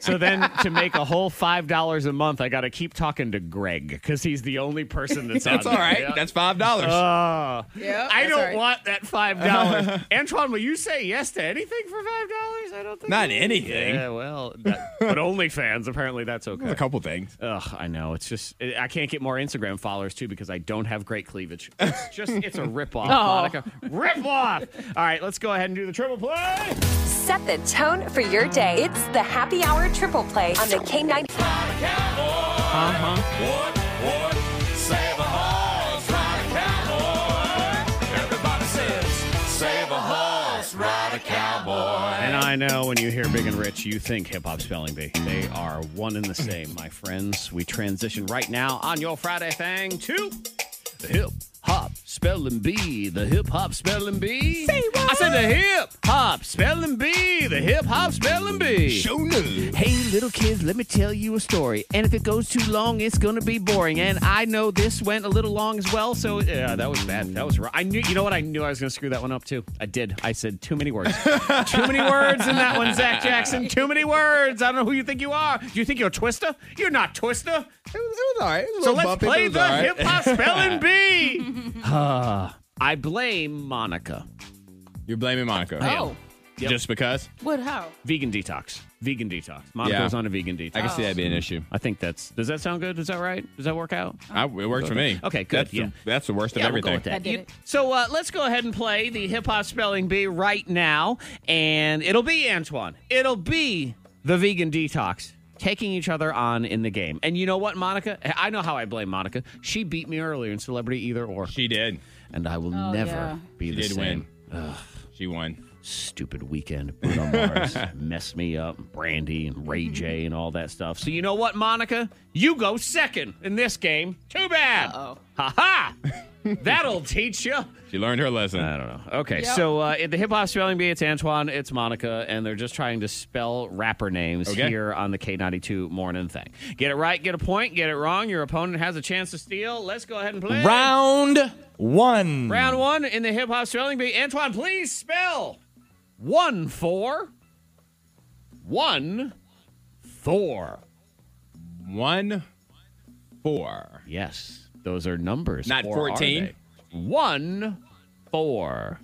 So then, to make a whole five dollars a month, I got to keep talking to Greg because he's the only person that's.
That's
on
all
there.
right.
Yeah. Uh,
That's five dollars.
Yeah,
I
that's
don't
right.
want that five
[laughs]
dollars. Antoine, will you say yes to anything for five dollars? I don't think
Not
I-
anything.
Yeah, well, that, but OnlyFans apparently that's okay.
a couple things.
Ugh, I know. It's just I can't get more Instagram followers too because I don't have great cleavage. It's just it's a ripoff, Monica. Ripoff. All right, let's go ahead and do the triple play.
Set the tone for your day. It's the Happy Hour Triple Play on the K92.
And I know when you hear Big and Rich, you think hip hop spelling bee. They are one and the same, my friends. We transition right now on your Friday thing to the hip hop spelling bee. The hip hop spelling bee. Say what? I said the hip hop spelling bee. The hip hop spelling bee. Hey, little kids, let me tell you a story. And if it goes too long, it's going to be boring. And I know this went a little long as well. So, yeah, that was bad. That was wrong. I knew, you know what? I knew I was going to screw that one up too. I did. I said too many words. too many words in that one, Zach Jackson. Too many words. I don't know who you think you are. Do you think you're Twista? You're not Twista.
It was, it was all right. It was a
So
little
let's
bumpy, but
play
it was
the
all right.
hip hop spelling
[laughs]
bee. Ah, I blame Monica.
You're blaming Monica.
Oh,
Just because?
what? How?
Vegan detox. Vegan detox. Monica's on a vegan detox.
I can see that being an issue.
I think that's. Does that sound good? Is that right? Does that work out?
I, it worked for me.
Oh. Okay, good,
That's,
yeah.
the, that's the worst of
Yeah, we'll go
everything.
with that.
I did
You-
it.
so uh, let's go ahead and play the hip hop spelling bee right now, and it'll be Antoine. It'll be the vegan detox taking each other on in the game. And you know what, Monica? I know how I blame Monica. She beat me earlier in celebrity either or,
She did.
and I will
Oh,
never
yeah.
be
She
the
did
same.
win. She won.
Stupid weekend, Bruno
[laughs]
Mars messed me up, and Brandy and Ray J and all that stuff. So you know what, Monica? You go second in this game. Too bad.
Uh-oh.
Ha ha. That'll teach you.
She learned her lesson.
I don't know. Okay,
Yep.
so uh, at the hip hop spelling bee, it's Antoine, it's Monica, and they're just trying to spell rapper names
Okay.
here on the K92 morning thing. Get it right, get a point. Get it wrong, your opponent has a chance to steal. Let's go ahead and play.
Round one.
Round one in the hip hop spelling bee. Antoine, please spell one four. One four.
One, four.
Yes, those are numbers.
Not
or are
14?
they? One four.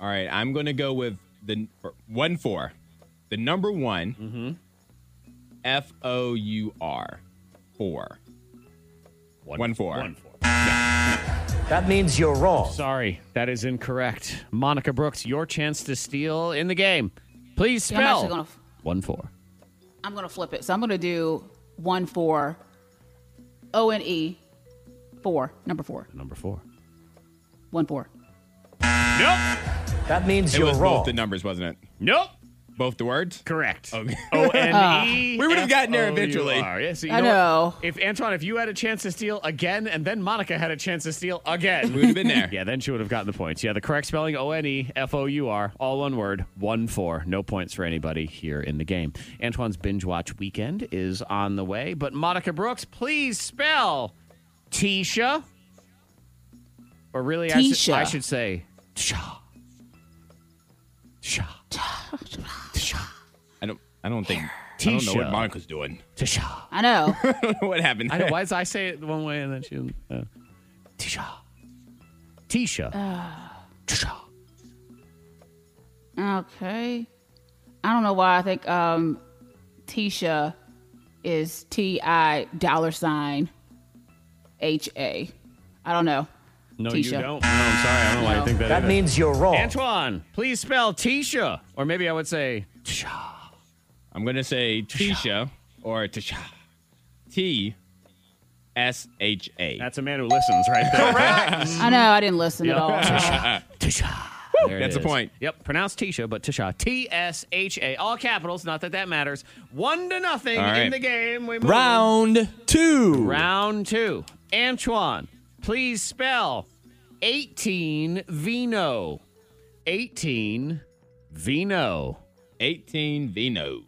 All right, I'm going to go with the one, four. The number one,
Mm-hmm.
F O U R, four. One four.
One four.
That means you're wrong.
Sorry, that is incorrect. Monica Brooks, your chance to steal in the game. Please
Yeah, I'm
spell
actually gonna.
one four.
I'm gonna flip it. So I'm gonna do one four, O N E, four. Number four.
Number four.
One four.
Nope.
That means
It
you're
was both
wrong.
the numbers, wasn't it?
Nope.
Both the words?
Correct. [laughs] O N E.
We would've gotten there
F O U
eventually.
R. Yeah, so you
I
what?
know.
If Antoine, if you had a chance to steal again, and then Monica had a chance to steal again,
We would have been there.
[laughs] Yeah, then she would have gotten the points. Yeah, the correct spelling O N E F O U R, all one word, one four. No points for anybody here in the game. Antoine's binge watch weekend is on the way, but Monica Brooks, please spell Tisha. Or really, I, should-
Tisha.
I should say Tisha. Tisha.
I don't. I don't think. I don't know
Tisha.
what Monica's doing. [laughs]
Tisha.
I know.
what happened?
I know. Why does I say it one way and then she? Uh, Tisha. Tisha.
Ah.
Tisha.
okay. I don't know why I think um, Tisha is T I dollar sign H A. I don't know.
No, you
Tisha.
don't. No, I'm sorry. I don't know why you think that.
That
either.
means you're wrong.
Antoine, please spell Tisha, or maybe I would say Tisha.
I'm gonna say Tisha or Tisha. T S H A.
That's a man who listens right there.
I know. I didn't listen at all.
[laughs] Tisha. There it
That's a
is.
point.
Yep, pronounce Tisha, but Tisha. T S H A. All capitals. Not that that matters. One to nothing
All
in
right.
the game. We move on.
Round two.
Round two. Antoine, please spell 18 Vino. 18 Vino.
18 Vino.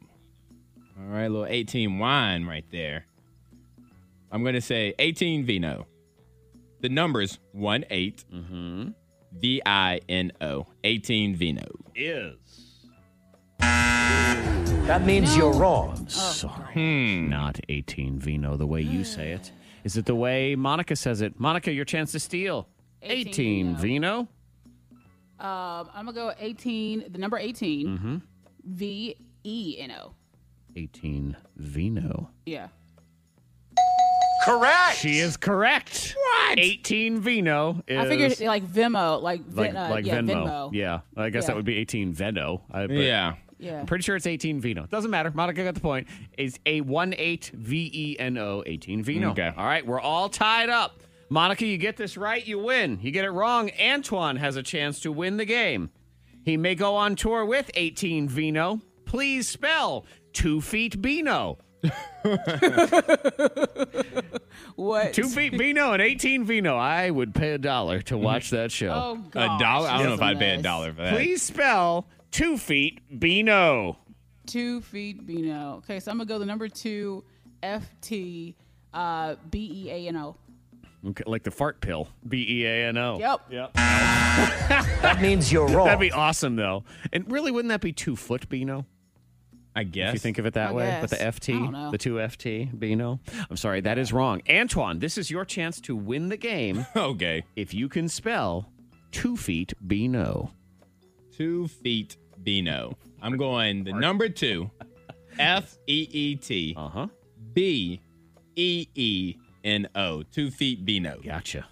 All right, little 18 wine right there. I'm gonna say 18 Vino. The numbers one eight. Mm-hmm. V I N O. 18 Vino.
Is.
That means you're wrong.
Sorry. Not 18 Vino the way you say it. Is it the way Monica says it? Monica, your chance to steal. 18,
18
Vino.
[laughs] Um, I'm gonna go 18. The number 18.
Mm-hmm.
V E N O.
18 Vino.
Yeah.
Correct.
She is correct. What? 18 Vino is.
I figured like Vimo, like
like,
Vin, uh,
like
yeah,
Venmo.
Venmo.
Yeah, I guess
Yeah.
that would be 18 Veno. I, but-
Yeah.
Yeah.
I'm pretty sure it's 18 Vino. Doesn't matter. Monica got the point. It's a 18 V E N O 18 Vino.
Okay.
All right, we're all tied up. Monica, you get this right, you win. You get it wrong, Antoine has a chance to win the game. He may go on tour with 18 Vino. Please spell two feet Vino.
What? [laughs]
Two feet Vino and 18 Vino. I would pay a dollar to
[laughs]
watch that show.
Oh
A
gosh.
dollar? I don't know if I'd pay a
Yes.
dollar for that.
Please spell two feet Vino.
Two feet Vino. Okay, so I'm gonna go the number two F T uh, B E A N O.
Okay, like the fart pill. B E A N O.
Yep.
That means you're wrong.
That'd be awesome, though. And really, wouldn't that be two foot Beano?
I guess.
If you
[laughs]
think of it that
I
way,
guess.
with the
I don't know.
FT, the two FT Beano. I'm sorry, that is wrong. Antoine, this is your chance to win the game
Okay.
if you can spell two feet Beano.
[laughs] Two feet Vino. I'm going the number two. F E E T. Uh huh. B E E N O. Two feet B no.
Gotcha.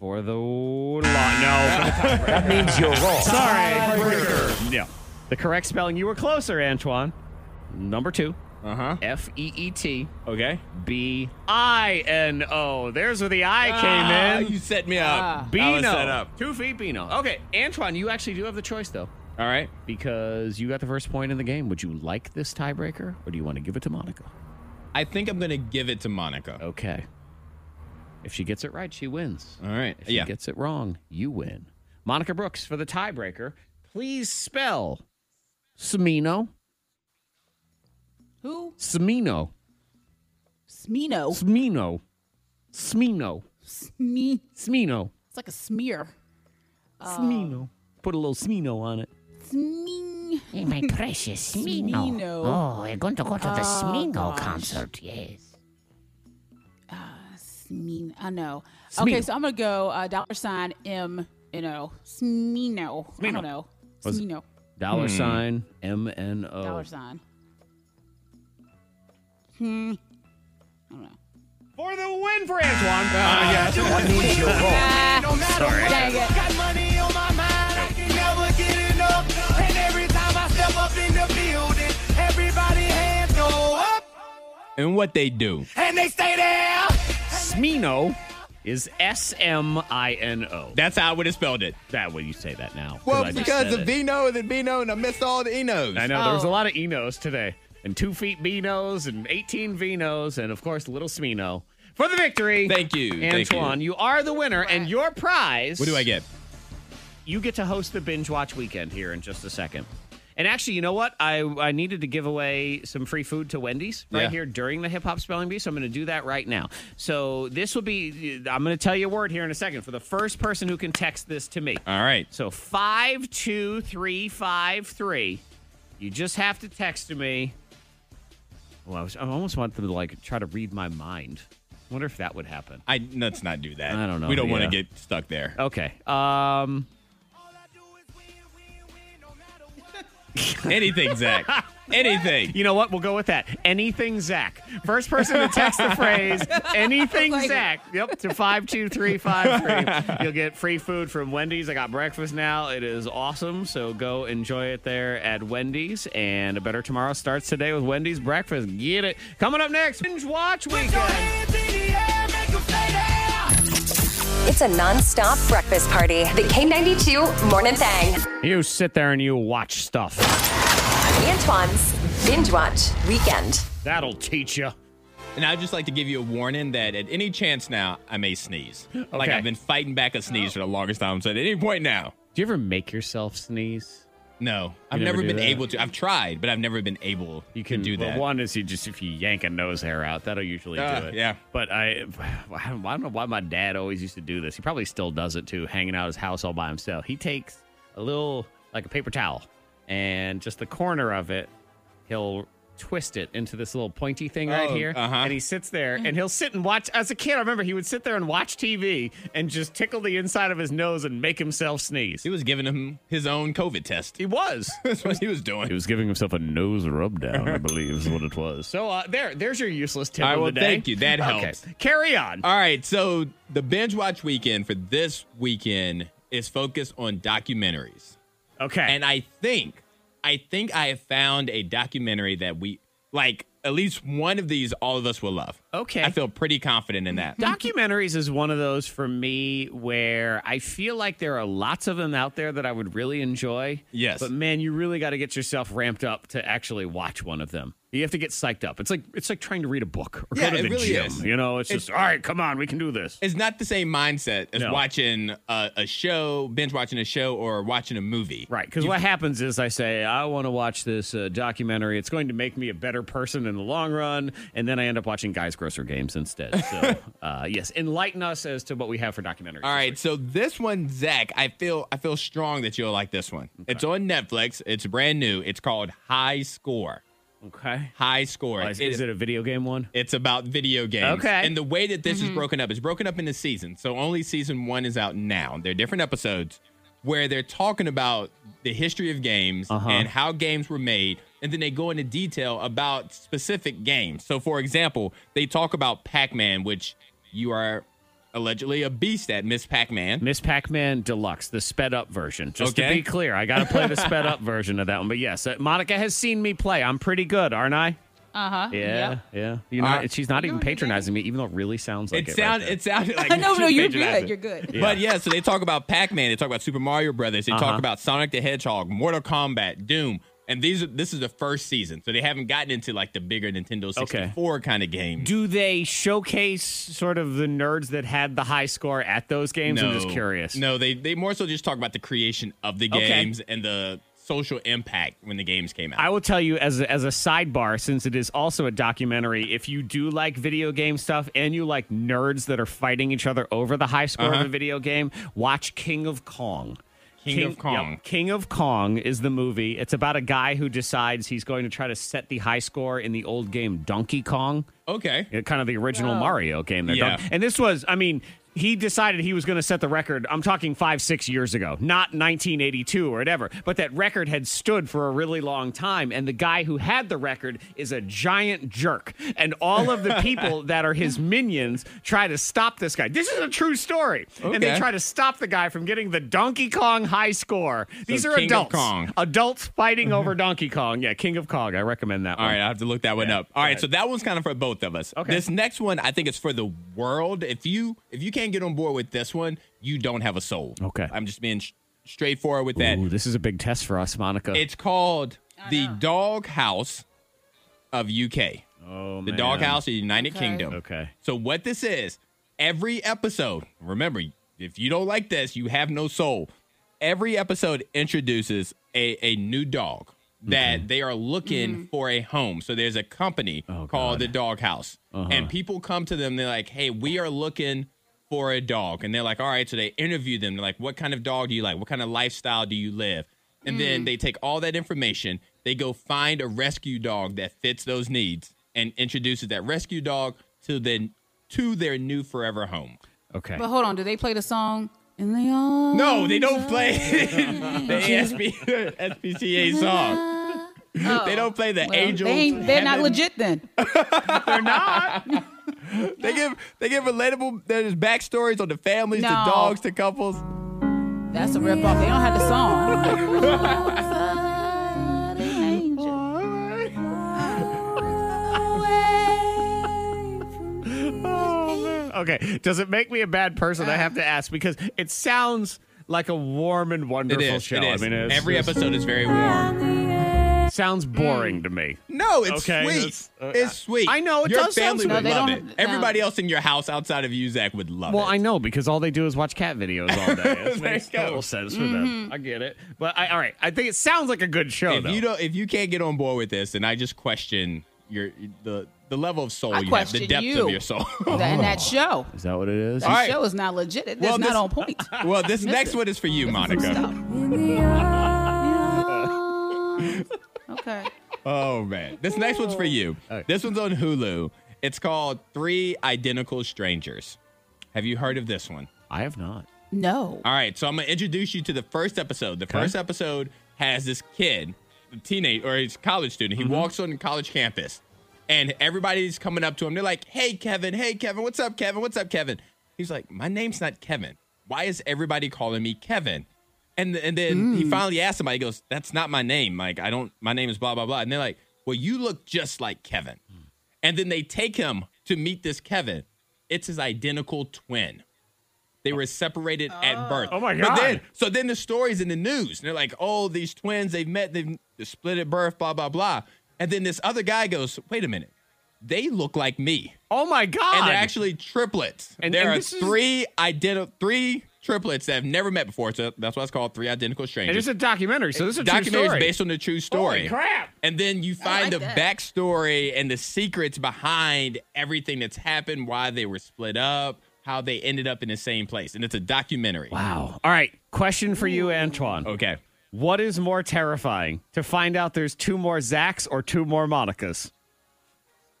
For the law. No.
That means you're
[laughs]
wrong.
Sorry. No. The correct spelling. You were closer, Antoine. Number two.
Uh huh.
F E E T
Okay.
B I N O. There's where the I
Ah,
came in.
You set me up. I
Beano.
was set up.
Two feet Beano. Okay, Antoine, you actually do have the choice though,
All right.
because you got the first point in the game. Would you like this tiebreaker, or do you want to give it to Monica?
I think I'm gonna give it to Monica.
Okay. If she gets it right, she wins.
All right.
If
Yeah.
she gets it wrong, you win. Monica Brooks for the tiebreaker. Please spell Smino.
Who?
Smino.
Smino.
Smino. Smino.
Sme.
Smino.
It's like a smear.
Smino. Put a little Smino on it.
Sme.
My precious Smino.
Smino.
Oh, we're going to go to the Smino concert, yes.
Smean. I know. Okay, so I'm gonna go uh, dollar sign M. You know, Smino. I don't know. Smino.
Dollar
Hmm.
sign M N
Oh.
O.
Dollar sign.
For the win for Antoine. Uh, yes.
That means you're wrong.
Dang it.
Got money on my mind, I can never get enough. And every time I step up in the building, everybody hands go up,
And what they do.
and they stay there.
Smino is S M I N O.
That's how I would have spelled it.
That way you say that now.
Well,
I just
because
said
of
it.
Vino and Vino, and I missed all the Enos.
I know there was a
Oh.
lot of Enos today, and two feet Benos, and eighteen Vinos, and of course little Smino for the victory.
Thank you. Thank you.
Antoine. you. are the winner, and your prize.
What do I get?
you get to host the binge watch weekend here in just a second. And actually, you know what? I, I needed to give away some free food to Wendy's right
Yeah.
here during the hip hop spelling bee, so I'm going to do that right now. So this will be, I'm going to tell you a word here in a second for the first person who can text this to me.
All right.
So 52353, you just have to text to me. Well, I, was, I almost want them to like try to read my mind. I wonder if that would happen.
I let's not do that.
I don't know,
We don't want
yeah.
to get stuck there.
Okay. Um,
Anything,
[laughs]
Zach. Anything.
You know what? We'll go with that. Anything Zach. First person to text the phrase anything
Like-
Zach. Yep, to 52353. You'll get free food from Wendy's. I got breakfast now. It is awesome. So go enjoy it there at Wendy's. And a better tomorrow starts today with Wendy's breakfast. Get it. Coming up next, Binge Watch Weekend.
It's a non-stop breakfast party. The K92 Morning Thang.
You sit there and you watch stuff.
Antoine's Binge Watch Weekend.
That'll teach you.
And I'd just like to give you a warning that at any chance now, I may sneeze. Like
Okay.
I've been fighting back a sneeze for the longest time. So at any point now,
Do you ever make yourself sneeze?
no, I've
never
never,
do
been
that?
able to. I've tried, but I've never been able
You can
to do
well,
that.
One is you just if you yank a nose hair out, that'll usually do
Ah,
it.
yeah.
But I, [sighs] I don't I don't know why my dad always used to do this. He probably still does it too, hanging out at his house all by himself. He takes a little like a paper towel and just the corner of it, he'll twist it into this little pointy thing right
Oh,
here
uh-huh.
and he sits there and he'll sit and watch as a kid i remember he would sit there and watch tv and just tickle the inside of his nose and make himself sneeze
He was giving him his own COVID
[laughs]
test.
he was
That's what he was doing.
he was giving himself a nose rub down, [laughs] I believe is what it was. So uh, there, there's your useless tip
All right,
of
well,
the day.
thank you. That
Okay.
helps. Uh,
Carry on.
All right, so the binge watch weekend for this weekend is focused on documentaries.
Okay.
And I think I think I have found a documentary that we like at least one of these all of us will love.
Okay.
I feel pretty confident in that.
Documentaries is one of those for me where I feel like there are lots of them out there that I would really enjoy.
Yes.
But man, you really got to get yourself ramped up to actually watch one of them. You have to get psyched up. It's like it's like trying to read a book or
Yeah,
go to
it
the
really
gym.
is.
You know, it's, just all right. Come on, we can do this.
It's not the same mindset as
No.
watching a, a show, binge watching a show or watching a movie.
Right, because what happens is I say I want to watch this uh, documentary. It's going to make me a better person in the long run, and then I end up watching Guys Grocer Games instead.
[laughs]
So, uh, yes, enlighten us as to what we have for documentaries. this
All right,
week.
so this one, Zach, I feel I feel strong that you'll like this one. It's on Netflix. It's brand new. It's called High Score.
okay.
High Score.
Is, is it a video game one?
It's about video games.
Okay.
And the way that this is broken up is broken up into seasons. So only season one is out now. They're different
Uh-huh.
episodes where they're talking about the history of games and how games were made and then they go into detail about specific games. So, for example, they talk about Pac Man, which you are allegedly a beast at, Miss Pac Man.
Miss Pac Man Deluxe, the sped up version. Just to
Okay.
be clear, I got to
[laughs]
play the sped up version of that one. But yes, uh, Monica has seen me play. I'm pretty good, aren't I?
Uh huh.
Yeah, yeah. You know,
Uh,
she's not even
you're good.
patronizing me, even though it really sounds like
It,
it. right
sound,
there.
it sounded like
no, no, you're
patronizing.
good. You're
[laughs]
good.
But yeah, so they talk about Pac-Man, they talk about Super Mario Brothers, they
Uh-huh.
talk about Sonic the Hedgehog, Mortal Kombat, Doom, and these are this is the first season, so they haven't gotten into like the bigger Nintendo 64 kind of games.
Do they showcase sort of the nerds that had the high score at those games? I'm just curious.
No, they they more so just talk about the creation of the
Okay.
games and the social impact when the games came out.
I will tell you as a, as a sidebar, since it is also a documentary. If you do like video game stuff and you like nerds that are fighting each other over the high score of a video game, watch King of Kong.
Uh-huh. King of Kong.
King of Kong is the movie. It's about a guy who decides he's going to try to set the high score in the old game Donkey Kong.
okay.
Yeah, Uh, kind of the original Mario game there.
Oh. Yeah.
Doug. And this was, I mean, he decided he was going to set the record. I'm talking five, six years ago, not 1982 or whatever. But that record had stood for a really long time. And the guy who had the record is a giant jerk. And all of the
[laughs]
people that are his minions try to stop this guy. This is a true story. And they
Okay.
try to stop the guy from getting the Donkey Kong high score. These are
King of
adults.
Kong.
Adults fighting
[laughs]
over Donkey Kong. Yeah, King of Kong. I recommend that
All
one.
right, I have to look that one up. All right, so that one's kind of for both of us.
Okay.
This next one, I think it's for the world. If you if you can't get on board with this one, you don't have a soul.
Okay.
I'm just being sh- straightforward with that.
Ooh, this is a big test for us, Monica.
It's called the Dog House of UK.
oh,
The
man. Uh,
Dog House of the United Kingdom.
Okay.
So what this is, every episode, remember, if you don't like this, you have no soul. Every episode introduces a, a new dog that they are looking for a home. So there's a company called the Dog House. And people come to them, they're like, hey, we are looking for a dog. And they're like, all right. So they interview them. They're like, what kind of dog do you like? What kind of lifestyle do you live? And then they take all that information, they go find a rescue dog that fits those needs and introduces that rescue dog to then to their new forever home.
Okay. [laughs]
But hold on, do they play the song? And they all
No, they don't
[laughs]
play [laughs] the ASP, SPCA song.
[laughs]
They don't play the
Oh. Well,
angels.
They ain't, they're not
Heaven.
legit then.
They give they give relatable. There's backstories on the families,
No.
to dogs, to couples.
That's a rip off. They don't have the
[laughs]
song.
Oh, okay. Does it make me a bad person? I have to ask because it sounds like a warm and wonderful show.
It is.
I mean, it's,
Every
it's-
episode is very warm.
sounds boring to me.
No, it's
Okay,
sweet.
that's- uh,
it's sweet.
I know, it
your
does sound
family
sweet.
would
No, they
love it.
don't- no.
Everybody else in your house outside of you, Zach, would love
Well,
it.
I know because all they do is watch cat videos all day.
[laughs]
It
There
makes
you go.
total sense for them. I get it. But I, all right, I think it sounds like a good show.
If
though.
you don't, if you can't get on board with this, then I just question your the the level of soul
I
you have, the
question
depth
you.
of your soul. [laughs]
and that show.
is that what it is?
That
right.
show is not legit. It's
Well,
not
this-
on point.
[laughs] well, this next one is for you, Monica.
okay.
Oh man, this next one's for you. This one's on Hulu. It's called Three Identical Strangers. Have you heard of this one?
I have not.
No.
All right, so I'm gonna introduce you to the first episode. The first episode has this kid, a teenage or he's a college student. He walks on the college campus, and everybody's coming up to him. They're like, "Hey, Kevin! Hey, Kevin! What's up, Kevin? What's up, Kevin?" He's like, "My name's not Kevin. Why is everybody calling me Kevin?" And and then he finally asks somebody. He goes, "That's not my name. Like, I don't. My name is blah blah blah." And they're like, "Well, you look just like Kevin." And then they take him to meet this Kevin. It's his identical twin. They were separated at birth. Oh
my
But
God.
then, so then the story's in the news. And they're like, "Oh, these twins. They've met. They've they're split at birth. Blah blah blah." And then this other guy goes, "Wait a minute. They look like me,
Oh my god!
and they're actually triplets.
And-
there
and
are
this is-
three identical three triplets that have never met before. So that's why it's called three identical
and it's
strangers.
a documentary, so this is a
documentary
true
is
story.
based on the true story.
Holy crap!
And then you find
like
the
that.
backstory and the secrets behind everything that's happened, why they were split up, how they ended up in the same place. And it's a documentary.
Wow. All right. Question for you, Antoine.
Okay.
What is more terrifying? To find out there's two more Zachs or two more Monicas?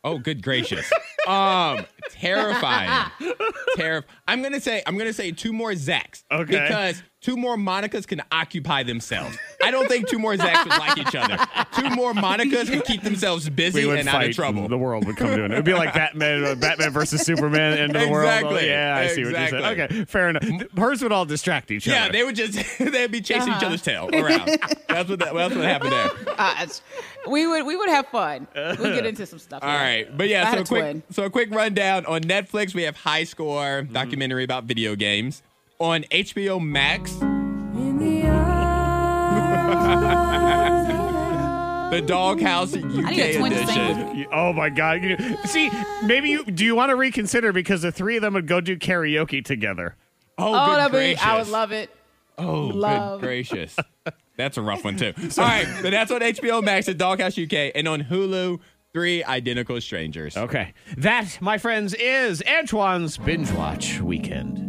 Oh, good gracious. [laughs] um, terrifying. Terrif- I'm gonna say I'm gonna say two more Zachs.
Okay.
Because Two more Monicas can occupy themselves. I don't think two more Zachs would like each other. Two more Monicas can keep themselves busy and out of trouble.
The world would come to an end. It would be [laughs] like Batman, uh, Batman versus Superman, end of the world.
Exactly.
Oh, yeah, I see what you're saying.
Exactly.
Okay, fair enough. Th- Hers would all distract each
yeah,
other.
they would just [laughs] they'd be chasing
Uh-huh.
each other's tail around. That's what that, that's what happened there.
Gosh. We would we would have fun. We get into some stuff.
All right, but yeah,
I had
so
a
a quick,
twin.
so a quick rundown on Netflix. We have High Score, documentary about video games. On HBO Max, the Doghouse UK
I need a twin to sing with
edition.
me.
You- Oh my God! You- see, maybe you do. You want to reconsider because the three of them would go do karaoke together.
Oh,
Oh,
good
that'd be,
gracious.
I would love it.
Oh,
love.
good
[laughs]
gracious. That's a rough one too. All right, but that's on HBO Max at Doghouse UK and on Hulu. Three identical strangers.
Okay, that, my friends, is Antoine's binge watch weekend.